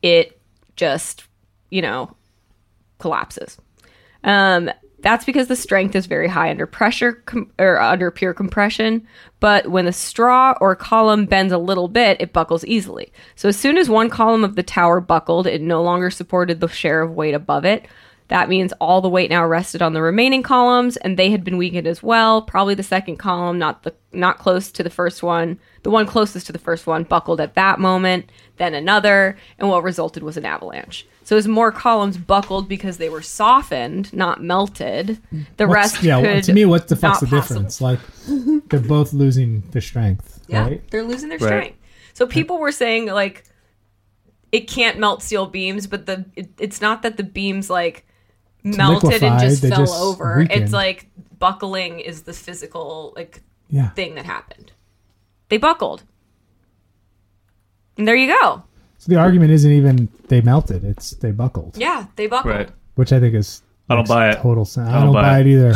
S5: it just, you know, collapses. Um, that's because the strength is very high under pressure com- or under pure compression. But when the straw or column bends a little bit, it buckles easily. So as soon as one column of the tower buckled, it no longer supported the share of weight above it. That means all the weight now rested on the remaining columns, and they had been weakened as well. Probably the second column, not the not close to the first one. The one closest to the first one buckled at that moment, then another, and what resulted was an avalanche. So as more columns buckled because they were softened, not melted, the
S6: What's-
S5: rest
S6: yeah, well,
S5: could
S6: to me, what the fuck's the
S5: not possible.
S6: difference? Like they're both losing their strength,
S5: Yeah,
S6: right?
S5: they're losing their
S4: Right.
S5: strength. So people were saying like it can't melt steel beams, but the it, it's not that the beams like melted and
S6: liquefied,
S5: just
S6: they
S5: fell
S6: just
S5: over.
S6: weakened.
S5: It's like buckling is the physical like
S6: Yeah.
S5: thing that happened. They buckled. And there you go.
S6: So the argument isn't even they melted; it's they buckled,
S5: Yeah, they buckled.
S4: Right.
S6: which I think is
S4: I don't
S6: makes
S4: buy it.
S6: Total sense. I don't, buy, it, either.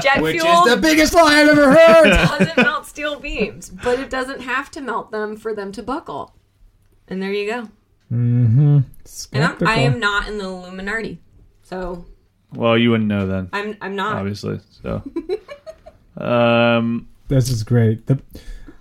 S5: Jet fuel
S6: biggest lie I've ever heard.
S5: doesn't melt steel beams, but it doesn't have to melt them for them to buckle. And there you go. And I'm,
S6: Skeptical.
S5: I am not in the Illuminati. So
S4: Well, you wouldn't know then,
S5: I'm I'm not.
S4: obviously. So, um,
S6: This is great. The,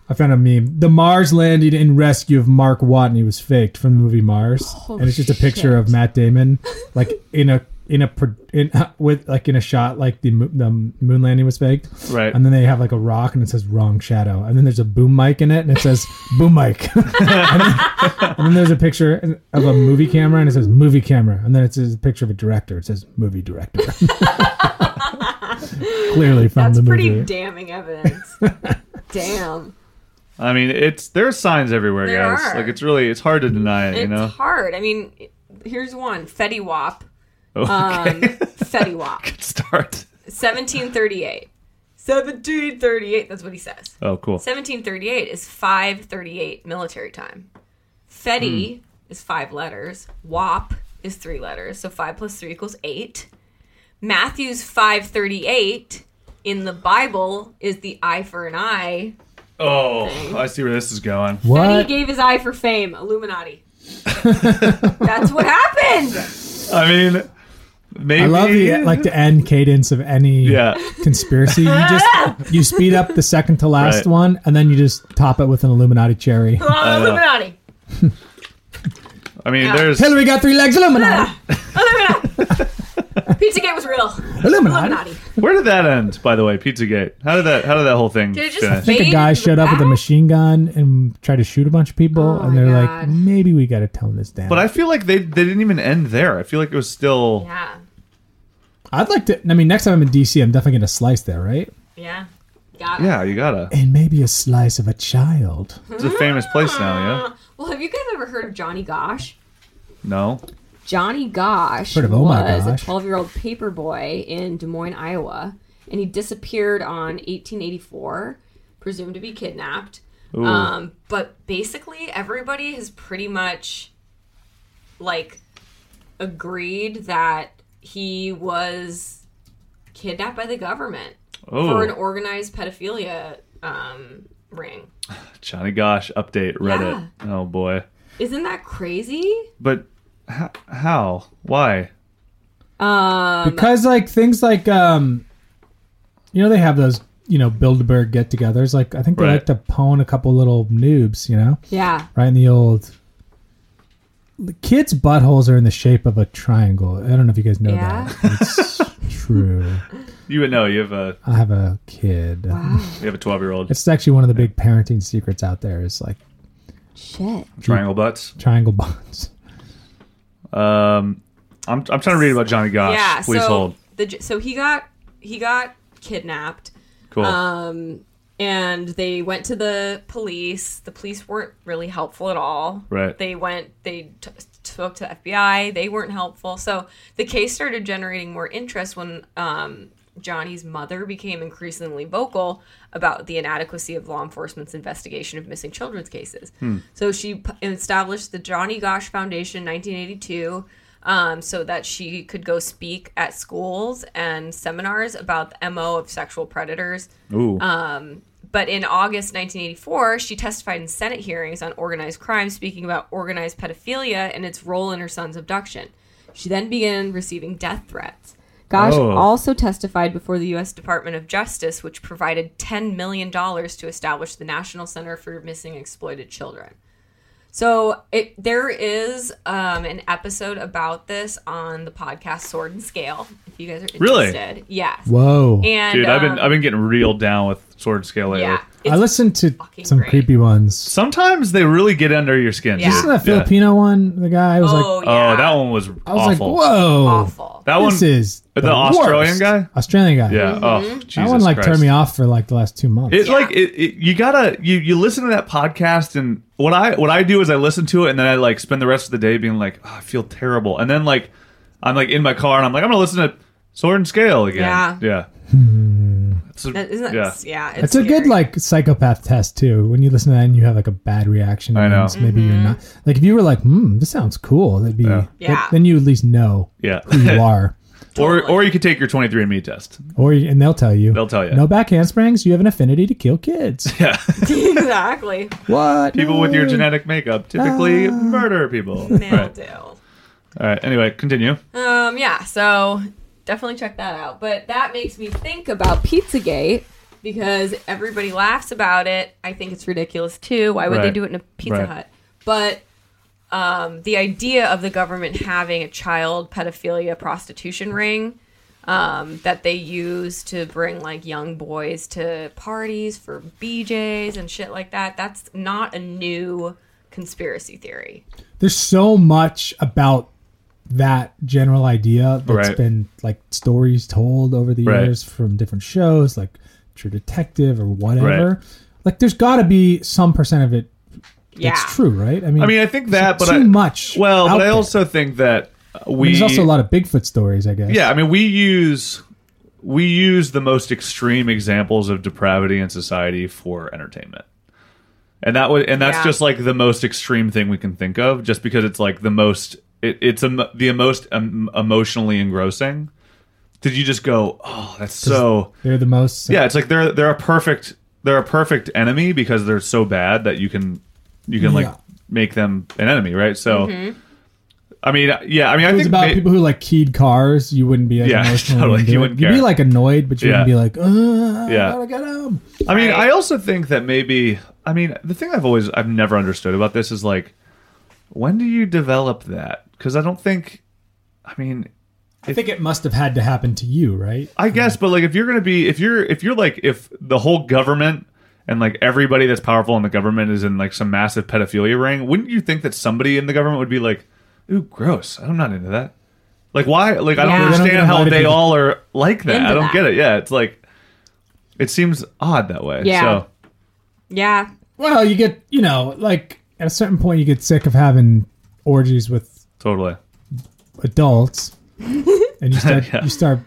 S6: I found a meme. The Mars landing and rescue of Mark Watney was faked from the movie Mars,
S5: Oh,
S6: and it's just a picture of
S5: shit.
S6: Matt Damon, like in a in a pro- in, with like in a shot like the mo- the moon landing was faked,
S4: Right.
S6: And then they have like a rock and it says wrong shadow, and then there's a boom mic in it and it says boom mic, and, then, and then there's a picture of a movie camera and it says movie camera, and then it says a picture of a director, it says movie director. Clearly from
S5: That's
S6: the movie.
S5: pretty damning evidence. Damn.
S4: I mean, it's there's signs everywhere,
S5: There
S4: guys.
S5: are.
S4: Like it's really it's hard to deny it,
S5: It's
S4: you know.
S5: hard. I mean, here's one Fetty Wap.
S4: Okay.
S5: Um, Fetty Wap.
S4: Start.
S5: 1738. 1738, that's what he says.
S4: Oh, cool.
S5: 1738 is 538 military time.
S4: Hmm.
S5: Fetty is five letters. WAP is three letters. So 5 plus 3 equals 8. Matthew's 538 in the Bible is the eye for an eye.
S4: Oh, I see where this is going.
S5: Fetty
S6: What?
S5: gave his eye for fame. Illuminati. that's what happened.
S4: I mean, maybe
S6: I love the like the end cadence of any
S4: yeah.
S6: conspiracy. You just you speed up the second to last
S4: Right.
S6: one, and then you just top it with an Illuminati cherry.
S5: Oh, Illuminati.
S4: I mean, there's
S6: Hillary got three legs, Illuminati,
S5: Illuminati. Pizzagate was real.
S6: Illuminati.
S5: Illuminati.
S4: where did that end, by the way? PizzaGate. How did that? How did that whole thing
S5: Did it just
S4: finish?
S5: fade
S6: The guy
S5: into the
S6: showed up with a
S5: back?
S6: machine gun and tried to shoot a bunch of people,
S5: Oh
S6: and
S5: my
S6: they're
S5: God.
S6: like, maybe we got to tone this down.
S4: But I feel like they they didn't even end there. I feel like it was still.
S5: Yeah.
S6: I'd like to. I mean, next time I'm in DC, I'm definitely gonna slice there, right?
S5: Yeah. Got it.
S4: Yeah, you gotta.
S6: And maybe a slice of a child.
S4: It's a famous place now. Yeah.
S5: Well, have you guys ever heard of Johnny Gosh?
S4: No.
S5: Johnny Gosh
S6: Heard of Oh My
S5: was
S6: Gosh.
S5: a 12 year old paper boy in Des Moines, Iowa, and he disappeared on 1884, presumed to be kidnapped.
S4: Ooh.
S5: Um, but basically, everybody has pretty much like agreed that he was kidnapped by the government for an
S4: oh,
S5: organized pedophilia um, ring.
S4: Johnny Gosh update Reddit. Oh boy.
S5: Isn't that crazy?
S4: But h- how? Why?
S5: Um,
S6: because like things like um you know they have those you know bilderberg get-togethers like i think they
S4: Right.
S6: like to pwn a couple little noobs you know
S5: yeah.
S6: right in the old the kids buttholes are in the shape of a triangle i don't know if you guys know
S5: Yeah.
S6: that it's true
S4: You would know. You have a
S6: i have a kid
S4: you have a twelve year old
S6: it's actually one of the big parenting secrets out there is like
S5: Shit.
S4: triangle butts.
S6: triangle bonds
S4: Um, I'm I'm trying to read about Johnny Gosh.
S5: yeah.
S4: Please
S5: so
S4: hold.
S5: the J- so he got he got kidnapped,
S4: Cool.
S5: um, and they went to the police. The police weren't really helpful at all.
S4: Right.
S5: They went. They t- spoke to the FBI. They weren't helpful. So the case started generating more interest when um, Johnny's mother became increasingly vocal about the inadequacy of law enforcement's investigation of missing children's cases. So she p- established the Johnny Gosh Foundation in 1982 um, so that she could go speak at schools and seminars about the MO of sexual predators.
S4: Ooh.
S5: uh, But in August 1984, she testified in Senate hearings on organized crime, speaking about organized pedophilia and its role in her son's abduction. She then began receiving death threats. Gosh
S4: Oh.
S5: also testified before the U.S. Department of Justice, which provided $10 million to establish the National Center for Missing and Exploited Children. So it, there is um, an episode about this on the podcast Sword and Scale. If you guys are
S4: Really?
S5: interested, yes.
S6: whoa
S5: And
S4: Dude, I've been
S5: um,
S4: I've been getting real down with sword and scale lately.
S5: yeah.
S6: i
S5: it's-
S6: listened to
S5: fucking
S6: some
S5: great.
S6: creepy ones
S4: Sometimes they really get under your skin.
S5: Yeah.
S4: dude.
S6: Isn't that
S4: Yeah.
S6: filipino one the guy was
S5: Oh,
S6: like
S5: yeah.
S4: Oh, that one was,
S6: i was
S4: awful.
S6: like whoa
S5: awful.
S4: That one
S6: this is
S4: the Australian guy?
S6: Australian guy.
S4: Yeah.
S5: Mm-hmm.
S4: Oh, Jesus
S6: that one like
S4: Christ.
S6: turned me off for like the last two months.
S4: It like it, it. You gotta you you listen to that podcast and what I what I do is I listen to it and then I like spend the rest of the day being like oh, I feel terrible and then like I'm like in my car and I'm like I'm gonna listen to Sword and Scale again.
S5: Yeah.
S4: Yeah. It's a-
S5: That isn't
S4: yeah.
S5: yeah. yeah
S6: it's a
S5: scary.
S6: good like psychopath test too. When you listen to that and you have like a bad reaction, it
S4: I know.
S6: means maybe
S5: Mm-hmm.
S6: you're not like if you were like, hmm, this sounds cool. That'd be
S5: Yeah.
S6: Then you at least know
S4: Yeah.
S6: who you are,
S4: Or or you could take your 23andMe test.
S6: or you- and they'll tell you.
S4: They'll tell you.
S6: No back handsprings. You have an affinity to kill kids.
S4: Yeah.
S5: exactly.
S6: what
S4: people with
S5: Mm.
S4: your genetic makeup
S5: Uh,
S4: typically murder people.
S5: They'll
S4: Right.
S5: do.
S4: All right. Anyway, continue.
S5: Mm. Um, yeah, so definitely check that out. But that makes me think about Pizzagate because everybody laughs about it. I think it's ridiculous too. Why would they
S4: Right.
S5: do it in a Pizza
S4: Right.
S5: Hut? But um, the idea of the government having a child pedophilia prostitution ring um, that they use to bring like young boys to parties for BJ's and shit like that, that's not a new conspiracy theory.
S6: There's so much about that general idea that's
S4: Right.
S6: been like stories told over the
S4: Right.
S6: years from different shows, like True Detective or whatever.
S4: Right.
S6: Like, there's got to be some percent of it
S5: Yeah.
S6: that's true, right? I mean,
S4: I mean, I think that, but
S6: too
S4: I,
S6: much
S4: Well,
S6: out
S4: but I
S6: there.
S4: also think that uh, we
S6: there's also a lot of Bigfoot stories, I guess.
S4: Yeah, I mean, we use we use the most extreme examples of depravity in society for entertainment, and that would and that's
S5: Yeah.
S4: just like the most extreme thing we can think of, just because it's like the most it, it's a, the most um, emotionally engrossing. Did you just go? Oh, that's so.
S6: They're the most.
S4: Yeah, it's like they're they're a perfect they're a perfect enemy because they're so bad that you can you can like
S6: Yeah.
S4: make them an enemy, right? So, I mean, yeah, I mean, I
S6: It
S4: think
S6: was about
S4: ma-
S6: people who like keyed cars. You wouldn't be like,
S4: Yeah,
S6: emotionally
S4: totally.
S6: into
S4: You
S6: it.
S4: wouldn't
S6: You'd be
S4: care.
S6: like annoyed, but you
S4: Yeah.
S6: wouldn't be like, uh,
S4: Yeah.
S6: yeah. I got him.
S4: I mean,
S5: Right.
S4: I also think that maybe I mean the thing I've always I've never understood about this is like when do you develop that? Because I don't think I mean
S6: I think it must have had to happen to you, right?
S4: I
S5: Hmm.
S4: guess, but like if you're gonna be if you're if you're like if the whole government and like everybody that's powerful in the government is in like some massive pedophilia ring, wouldn't you think that somebody in the government would be like, "Ooh, gross! I'm not into that." Like why? Like I
S5: Yeah. They
S4: don't
S5: don't
S4: understand
S6: get
S4: how
S6: invited
S4: they
S6: to-
S4: all are like that.
S5: Into
S4: I don't
S5: that.
S4: get it. Yeah, it's like it seems odd that way.
S5: Yeah.
S4: So,
S5: Yeah.
S6: Well, you get, you know, like at a certain point, you get sick of having orgies with
S4: totally.
S6: adults, and you start you start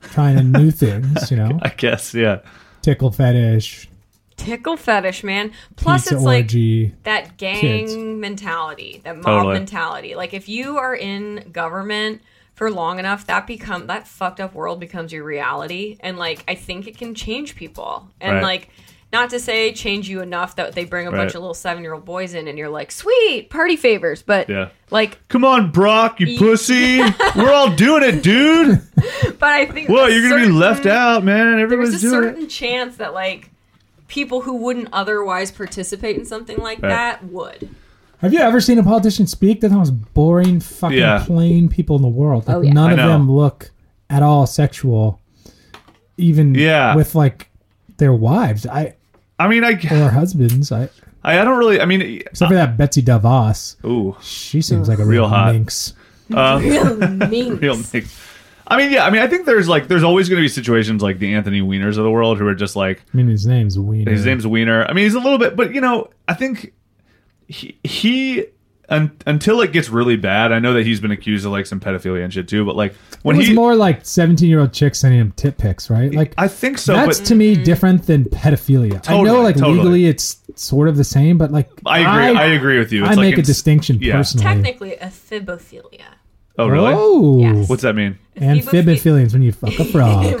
S6: trying new things, you know,
S4: I guess. Yeah.
S6: tickle fetish,
S5: Tickle fetish, man. Plus,
S6: pizza
S5: it's like
S6: orgy.
S5: that gang
S6: Kids.
S5: mentality, that mob
S4: Totally.
S5: mentality. Like if you are in government for long enough, that become that fucked up world becomes your reality. And like I think it can change people. And
S4: Right.
S5: like not to say change you enough that they bring a
S4: Right.
S5: bunch of little seven year old boys in and you're like, sweet, party favors. But
S4: Yeah.
S5: like
S4: Come on, Brock, you pussy. We're all doing it, dude.
S5: but I think
S4: What?
S5: a
S4: You're gonna be
S5: certain-
S4: left out, man. Everyone's
S5: there's a
S4: doing
S5: certain
S4: it.
S5: chance that like people who wouldn't otherwise participate in something like
S4: Right.
S5: that would.
S6: Have you ever seen a politician speak? They're the most boring, fucking
S4: Yeah.
S6: plain people in the world. Like,
S5: Oh, yeah.
S6: None
S4: I
S6: of
S4: know.
S6: them look at all sexual, even
S4: Yeah.
S6: with like their wives I
S4: I mean, I,
S6: or husbands. I except
S4: I, I don't really. I mean,
S6: for that Betsy DeVos,
S4: ooh,
S6: she seems like a
S4: Uh, Real
S6: real
S4: hot.
S6: minx.
S5: Real minx.
S4: real mix. I mean, yeah. I mean, I think there's like there's always gonna be situations like the Anthony Wieners of the world who are just like
S6: I mean, his name's Wiener.
S4: his name's Wiener. I mean, he's a little bit, but you know, I think he he. Un, until it gets really bad, I know that he's been accused of like some pedophilia and shit too. But like
S6: It
S4: when
S6: was
S4: he,
S6: more like seventeen-year-old chicks sending him tit pics, right? Like
S4: I think so.
S6: that's
S4: but
S6: to me different than pedophilia. I know,
S4: Totally,
S6: like
S4: totally.
S6: legally, it's sort of the same, but like
S4: I agree. I, agree with you.
S6: I
S4: It's like
S6: make a
S4: it's-
S6: distinction
S4: yeah.
S6: personally.
S5: Technically, a phibophilia.
S4: Oh, really?
S6: Oh,
S5: Yes.
S4: What's that mean?
S5: Amphibophilia.
S6: Amphibians when you fuck a frog.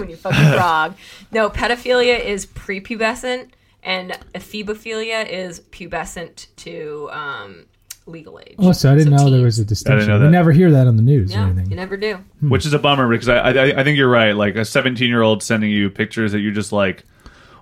S5: when you fuck a frog. No, pedophilia is prepubescent, and ephebophilia is pubescent to um, legal age.
S6: Oh, so I didn't know there was a
S5: teens.
S6: distinction.
S4: know
S6: We
S4: that.
S6: never hear that on the news or
S5: No, you
S6: anything.
S5: never do.
S6: Hmm.
S4: Which is a bummer because I, I I think you're right. Like a 17 year old sending you pictures that you're just like,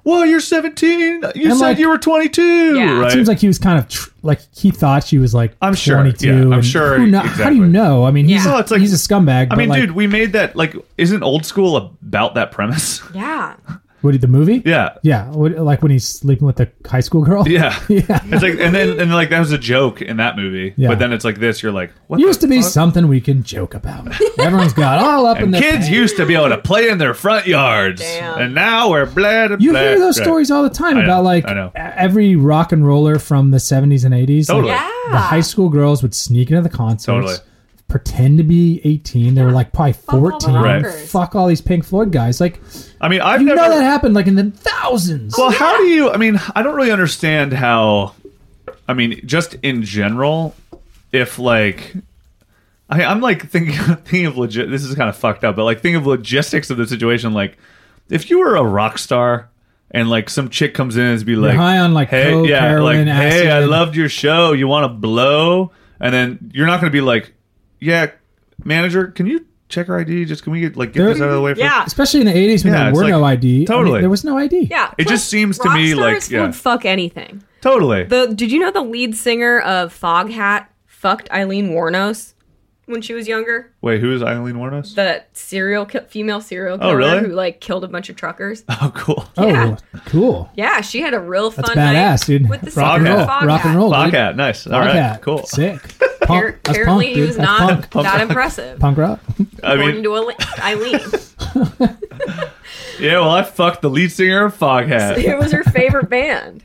S4: well, you're 17. You
S6: And,
S4: said
S6: like-
S4: you were 22,
S5: Yeah. It
S4: right?
S6: Seems like he was kind of tr- like he thought she was like
S4: I'm sure,
S6: 22.
S4: yeah, I'm
S6: and
S4: sure,
S6: Who kno- How do you
S4: exactly.
S6: know? I mean, he's
S5: Yeah.
S6: a,
S4: No, it's like-
S6: he's a scumbag.
S4: I
S6: but,
S4: mean,
S6: like,
S4: dude, we made that like isn't old school about that premise?
S5: Yeah.
S6: what, the movie?
S4: yeah.
S6: yeah. What, like when he's sleeping with the high school girl.
S4: Yeah.
S6: yeah.
S4: It's like and then and like that was a joke in that movie.
S6: Yeah.
S4: But then it's like this, you're like, what
S6: Used
S4: the
S6: to be
S4: fuck?
S6: something we can joke about. Everyone's got all up in
S4: And
S6: their
S4: kids used to be able to play in their front yards.
S5: Damn.
S4: And now we're blah, blah,
S6: You
S4: blah.
S6: hear those
S4: Right.
S6: stories all the time
S4: I know,
S6: about like e-,
S4: I know.
S6: every rock and roller from the 70s and 80s.
S4: Totally.
S6: Like,
S5: Yeah.
S6: The high school girls would sneak into the concerts,
S4: Totally.
S6: pretend to be 18. They were like probably
S5: all the
S6: 14.
S5: rockers.
S6: Fuck all these Pink Floyd guys. Like,
S4: I mean, I've
S6: you
S4: never
S6: know that happened like in the thousands.
S4: Well, how do you? I mean, I don't really understand how. I mean, just in general, if like, I, I'm like thinking thinking of legit. This is kind of fucked up, but like thinking of logistics of the situation. Like, if you were a rock star and like some chick comes in and be like,
S6: high on, like,
S4: hey,
S6: coke,
S4: yeah,
S6: heroin,
S4: like, hey, I
S6: acid."
S4: loved your show. You want to blow? And then you're not going to be like, yeah, manager, can you check our ID? Just can we get like get
S6: There-
S4: this out of the way? first?
S5: Yeah.
S6: Especially in the 80s when
S4: Yeah,
S6: there
S4: it's
S6: were no
S4: like-
S6: ID. I mean,
S4: totally.
S6: there was no ID.
S5: Yeah.
S4: It
S5: plus
S4: just seems to me
S5: rock
S4: like-
S5: stars
S4: yeah.
S5: would fuck anything.
S4: totally.
S5: The did you know the lead singer of Foghat fucked Eileen Warnos when she was younger?
S4: Wait, who is Eileen Warnos?
S5: The serial ki- female serial killer
S4: really?
S5: who like killed a bunch of truckers.
S4: oh, cool.
S6: Oh,
S5: Yeah.
S6: cool.
S5: Yeah, she had a real fun
S6: That's
S5: night
S6: badass, dude.
S5: with the
S4: Rock
S5: singer
S4: and
S5: of
S4: roll.
S5: Foghat.
S6: Rock and roll. dude.
S4: Bobcat, nice. All right,
S6: Bobcat.
S4: cool.
S6: Oh, Sick.
S5: Apparently,
S6: Punk, that's punk,
S5: he
S6: dude.
S5: was
S6: That's
S5: not
S6: punk.
S5: that impressive.
S6: Punk rock.
S4: I
S5: According
S4: mean,
S5: to Ale- Eileen,
S4: yeah. Well, I fucked the lead singer of Foghat.
S5: it was her favorite band.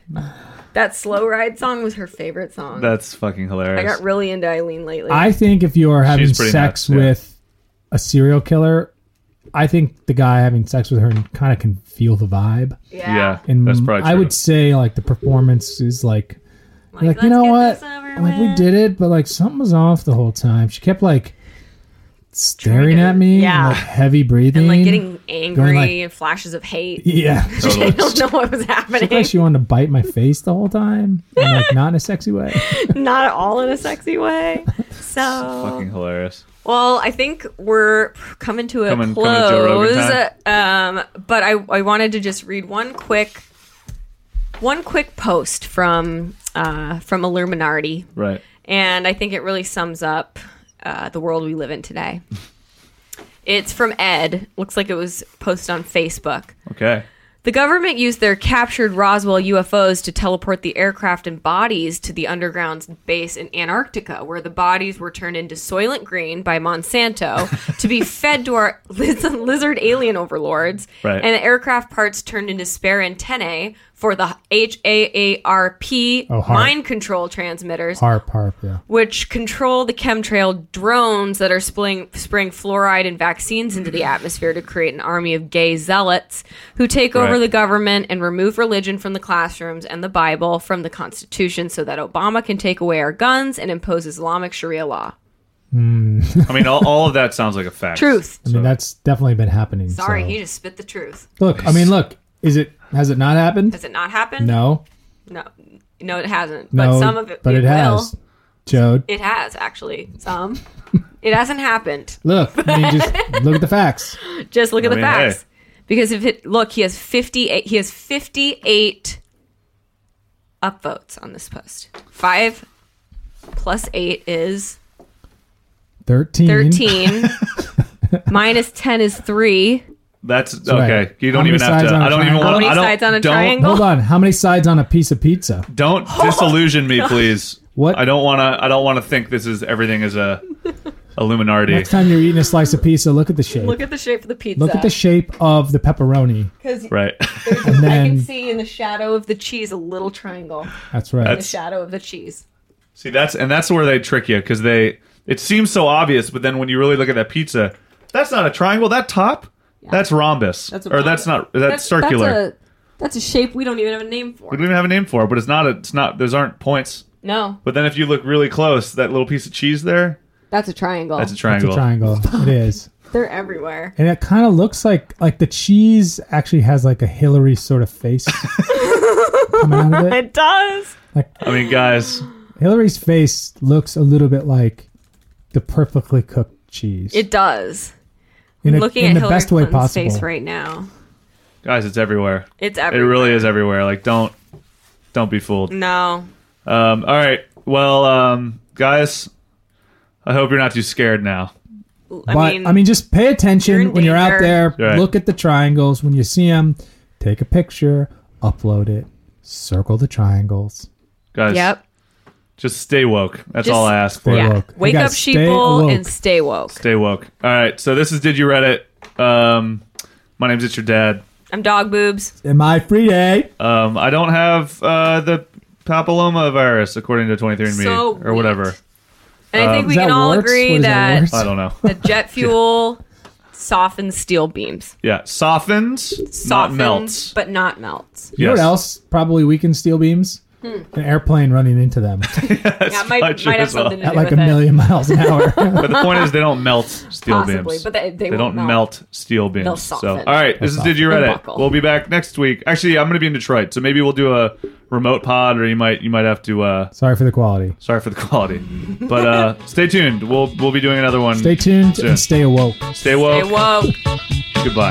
S5: That slow ride song was her favorite song.
S4: That's fucking
S5: I
S4: hilarious.
S5: got really into Eileen lately.
S6: I think if you are having
S4: She's pretty nuts,
S6: sex
S4: yeah.
S6: with a serial killer, I think the guy having sex with her kind of can feel the vibe.
S5: yeah,
S4: yeah,
S6: And
S4: that's probably true.
S6: I would say like the performance is like
S5: Like,
S6: like you
S5: let's
S6: know
S5: get
S6: what
S5: this over
S6: like we
S5: with.
S6: did it but like something was off the whole time she kept like staring
S5: to-
S6: at me
S5: yeah.
S6: and like heavy
S5: and
S6: breathing
S5: like getting angry
S6: Going, like-
S5: and flashes of hate.
S6: yeah
S5: I
S4: Totally.
S5: don't know what was
S6: Looked
S5: happening.
S6: like she wanted to bite my face the whole time and like not in a sexy way
S5: Not at all in a sexy way.
S4: fucking
S5: So,
S4: hilarious.
S5: well, I think we're coming to a
S4: Coming- coming to Joe Rogan
S5: close. um, but I, I wanted to just read one quick, one quick post from uh, from Illuminati,
S4: Right.
S5: and I think it really sums up uh, the world we live in today. It's from Ed. Looks like it was posted on Facebook.
S4: Okay.
S5: The government used their captured Roswell UFOs to teleport the aircraft and bodies to the underground base in Antarctica, where the bodies were turned into soylent green by Monsanto to be fed to our liz- lizard alien overlords,
S4: Right.
S5: and the aircraft parts turned into spare antennae for the HAARP
S6: Oh, harp.
S5: mind control transmitters,
S6: harp harp yeah
S5: which control the chemtrail drones that are spilling, spraying fluoride and vaccines into the atmosphere to create an army of gay zealots who take over
S4: Right.
S5: the government and remove religion from the classrooms and the Bible from the Constitution so that Obama can take away our guns and impose Islamic Sharia law.
S4: I mean, all, all of that sounds like a fact.
S5: Truth.
S6: I mean that's definitely been happening
S5: Sorry,
S6: so-
S5: he just spit the truth.
S6: look I mean look is it has it not happened
S5: Has it not happened?
S6: no
S5: No, no it hasn't.
S6: no
S5: but some of it,
S6: but it,
S5: will.
S6: has Joe
S5: It has, actually. Some. it hasn't happened.
S6: look I mean just look at the facts
S5: Just look at
S4: I
S5: the
S4: mean,
S5: facts. Because if it look, he has fifty eight. He has fifty eight upvotes on this post. Five plus eight is
S6: 13
S5: thirteen. Minus ten is three.
S4: That's
S6: right.
S4: okay. You
S6: How
S4: don't
S6: many
S4: even have
S6: sides
S4: to.
S6: on a
S4: I don't even
S6: triangle?
S4: want.
S5: How many
S4: I don't,
S5: sides on a
S4: don't,
S5: triangle?
S6: Hold on. How many sides on a piece of pizza?
S4: Don't disillusion me, please.
S6: What?
S4: I don't want to. I don't want to think this is everything is a Illuminati.
S6: Next time you're eating a slice of pizza, look at the shape.
S5: Look
S6: Look at,
S5: at the shape of the pizza.
S6: the shape of the pepperoni.
S4: Right.
S6: And
S5: I can
S6: then
S5: see in the shadow of the cheese a little triangle.
S6: that's right.
S5: The
S4: That's-
S5: shadow of the cheese.
S4: See, that's and that's where they trick you because they. It seems so obvious, but then when you really look at that pizza, that's not a triangle. That top, that's rhombus,
S5: That's a
S4: or that's
S5: rhombus.
S4: not. That's, circular.
S5: That's a, that's a shape we don't even have a name for.
S4: we don't even have a name for it, but it's not. A, it's not. Those aren't points.
S5: No,
S4: But then if you look really close, that little piece of cheese there,
S5: that's a triangle.
S4: Oh, that's a
S6: It's
S4: triangle.
S6: a triangle. It is.
S5: They're everywhere.
S6: And it kind of looks like like the cheese actually has like a Hillary sort of face coming out of it.
S5: It does.
S4: I mean, guys,
S6: Hillary's face looks a little bit like the perfectly cooked cheese.
S5: It does.
S6: in a-
S5: looking
S6: in
S5: at
S6: the
S5: Hillary
S6: best way
S5: Clinton's
S6: possible.
S5: face right now.
S4: guys, it's everywhere.
S5: It's
S4: It
S5: everywhere.
S4: really is everywhere. Like, don't, don't be fooled.
S5: No.
S4: Um, all right. Well, um, guys, I hope you're not too scared now.
S5: I
S6: but
S5: mean,
S6: I mean, just pay
S5: you're in
S6: attention when you're out
S5: danger.
S6: there.
S4: Right.
S6: Look at the triangles when you see them. Take a picture, upload it, circle the triangles.
S4: Guys,
S5: yep.
S4: just stay woke. That's
S5: Just-
S4: all I ask for.
S6: Stay
S5: Yeah.
S6: woke. You
S5: Wake
S6: gotta
S5: up,
S6: stay
S5: sheeple,
S6: woke.
S5: and stay woke.
S4: Stay woke. All right. So this is Did You Reddit? Um, my name's It's Your Dad.
S5: I'm dog boobs.
S6: Am I free eh? day?
S4: Um, I don't have uh, the papilloma virus, according to 23andMe,
S5: So
S4: or
S5: what?
S4: whatever.
S5: And I think
S6: Uh, Is
S5: we
S6: that
S5: can all
S6: warts? What
S5: agree
S6: is that,
S5: that,
S6: warts?
S4: I don't know.
S5: the jet fuel softens steel beams.
S4: Yeah, softens, not
S5: Softens,
S4: melts.
S5: but not melts.
S6: You know
S4: Yes.
S6: what else probably weakens steel beams?
S5: Hmm.
S6: an airplane running into them
S5: That might,
S4: much
S5: might have
S4: as well.
S5: something to
S6: at
S5: do
S6: like a
S5: with it.
S6: million miles an hour.
S4: But the point is, they don't melt steel
S5: Possibly,
S4: beams.
S5: but they- they
S4: don't
S5: won't
S4: melt.
S5: melt.
S4: steel beams.
S5: They'll
S4: so, all
S5: soften.
S4: right, this is
S6: They'll
S4: Did You
S5: They'll
S4: Read It?
S5: buckle.
S4: We'll be back next week. Actually, I'm going to be in Detroit, so maybe we'll do a remote pod, or you might you might have to. Uh,
S6: Sorry for the quality.
S4: sorry for the quality, but uh, stay tuned. We'll we'll be doing another one.
S6: Stay tuned
S4: Soon.
S6: and stay awoke.
S4: Stay
S5: Hey,
S4: woke.
S5: whoa.
S4: Goodbye.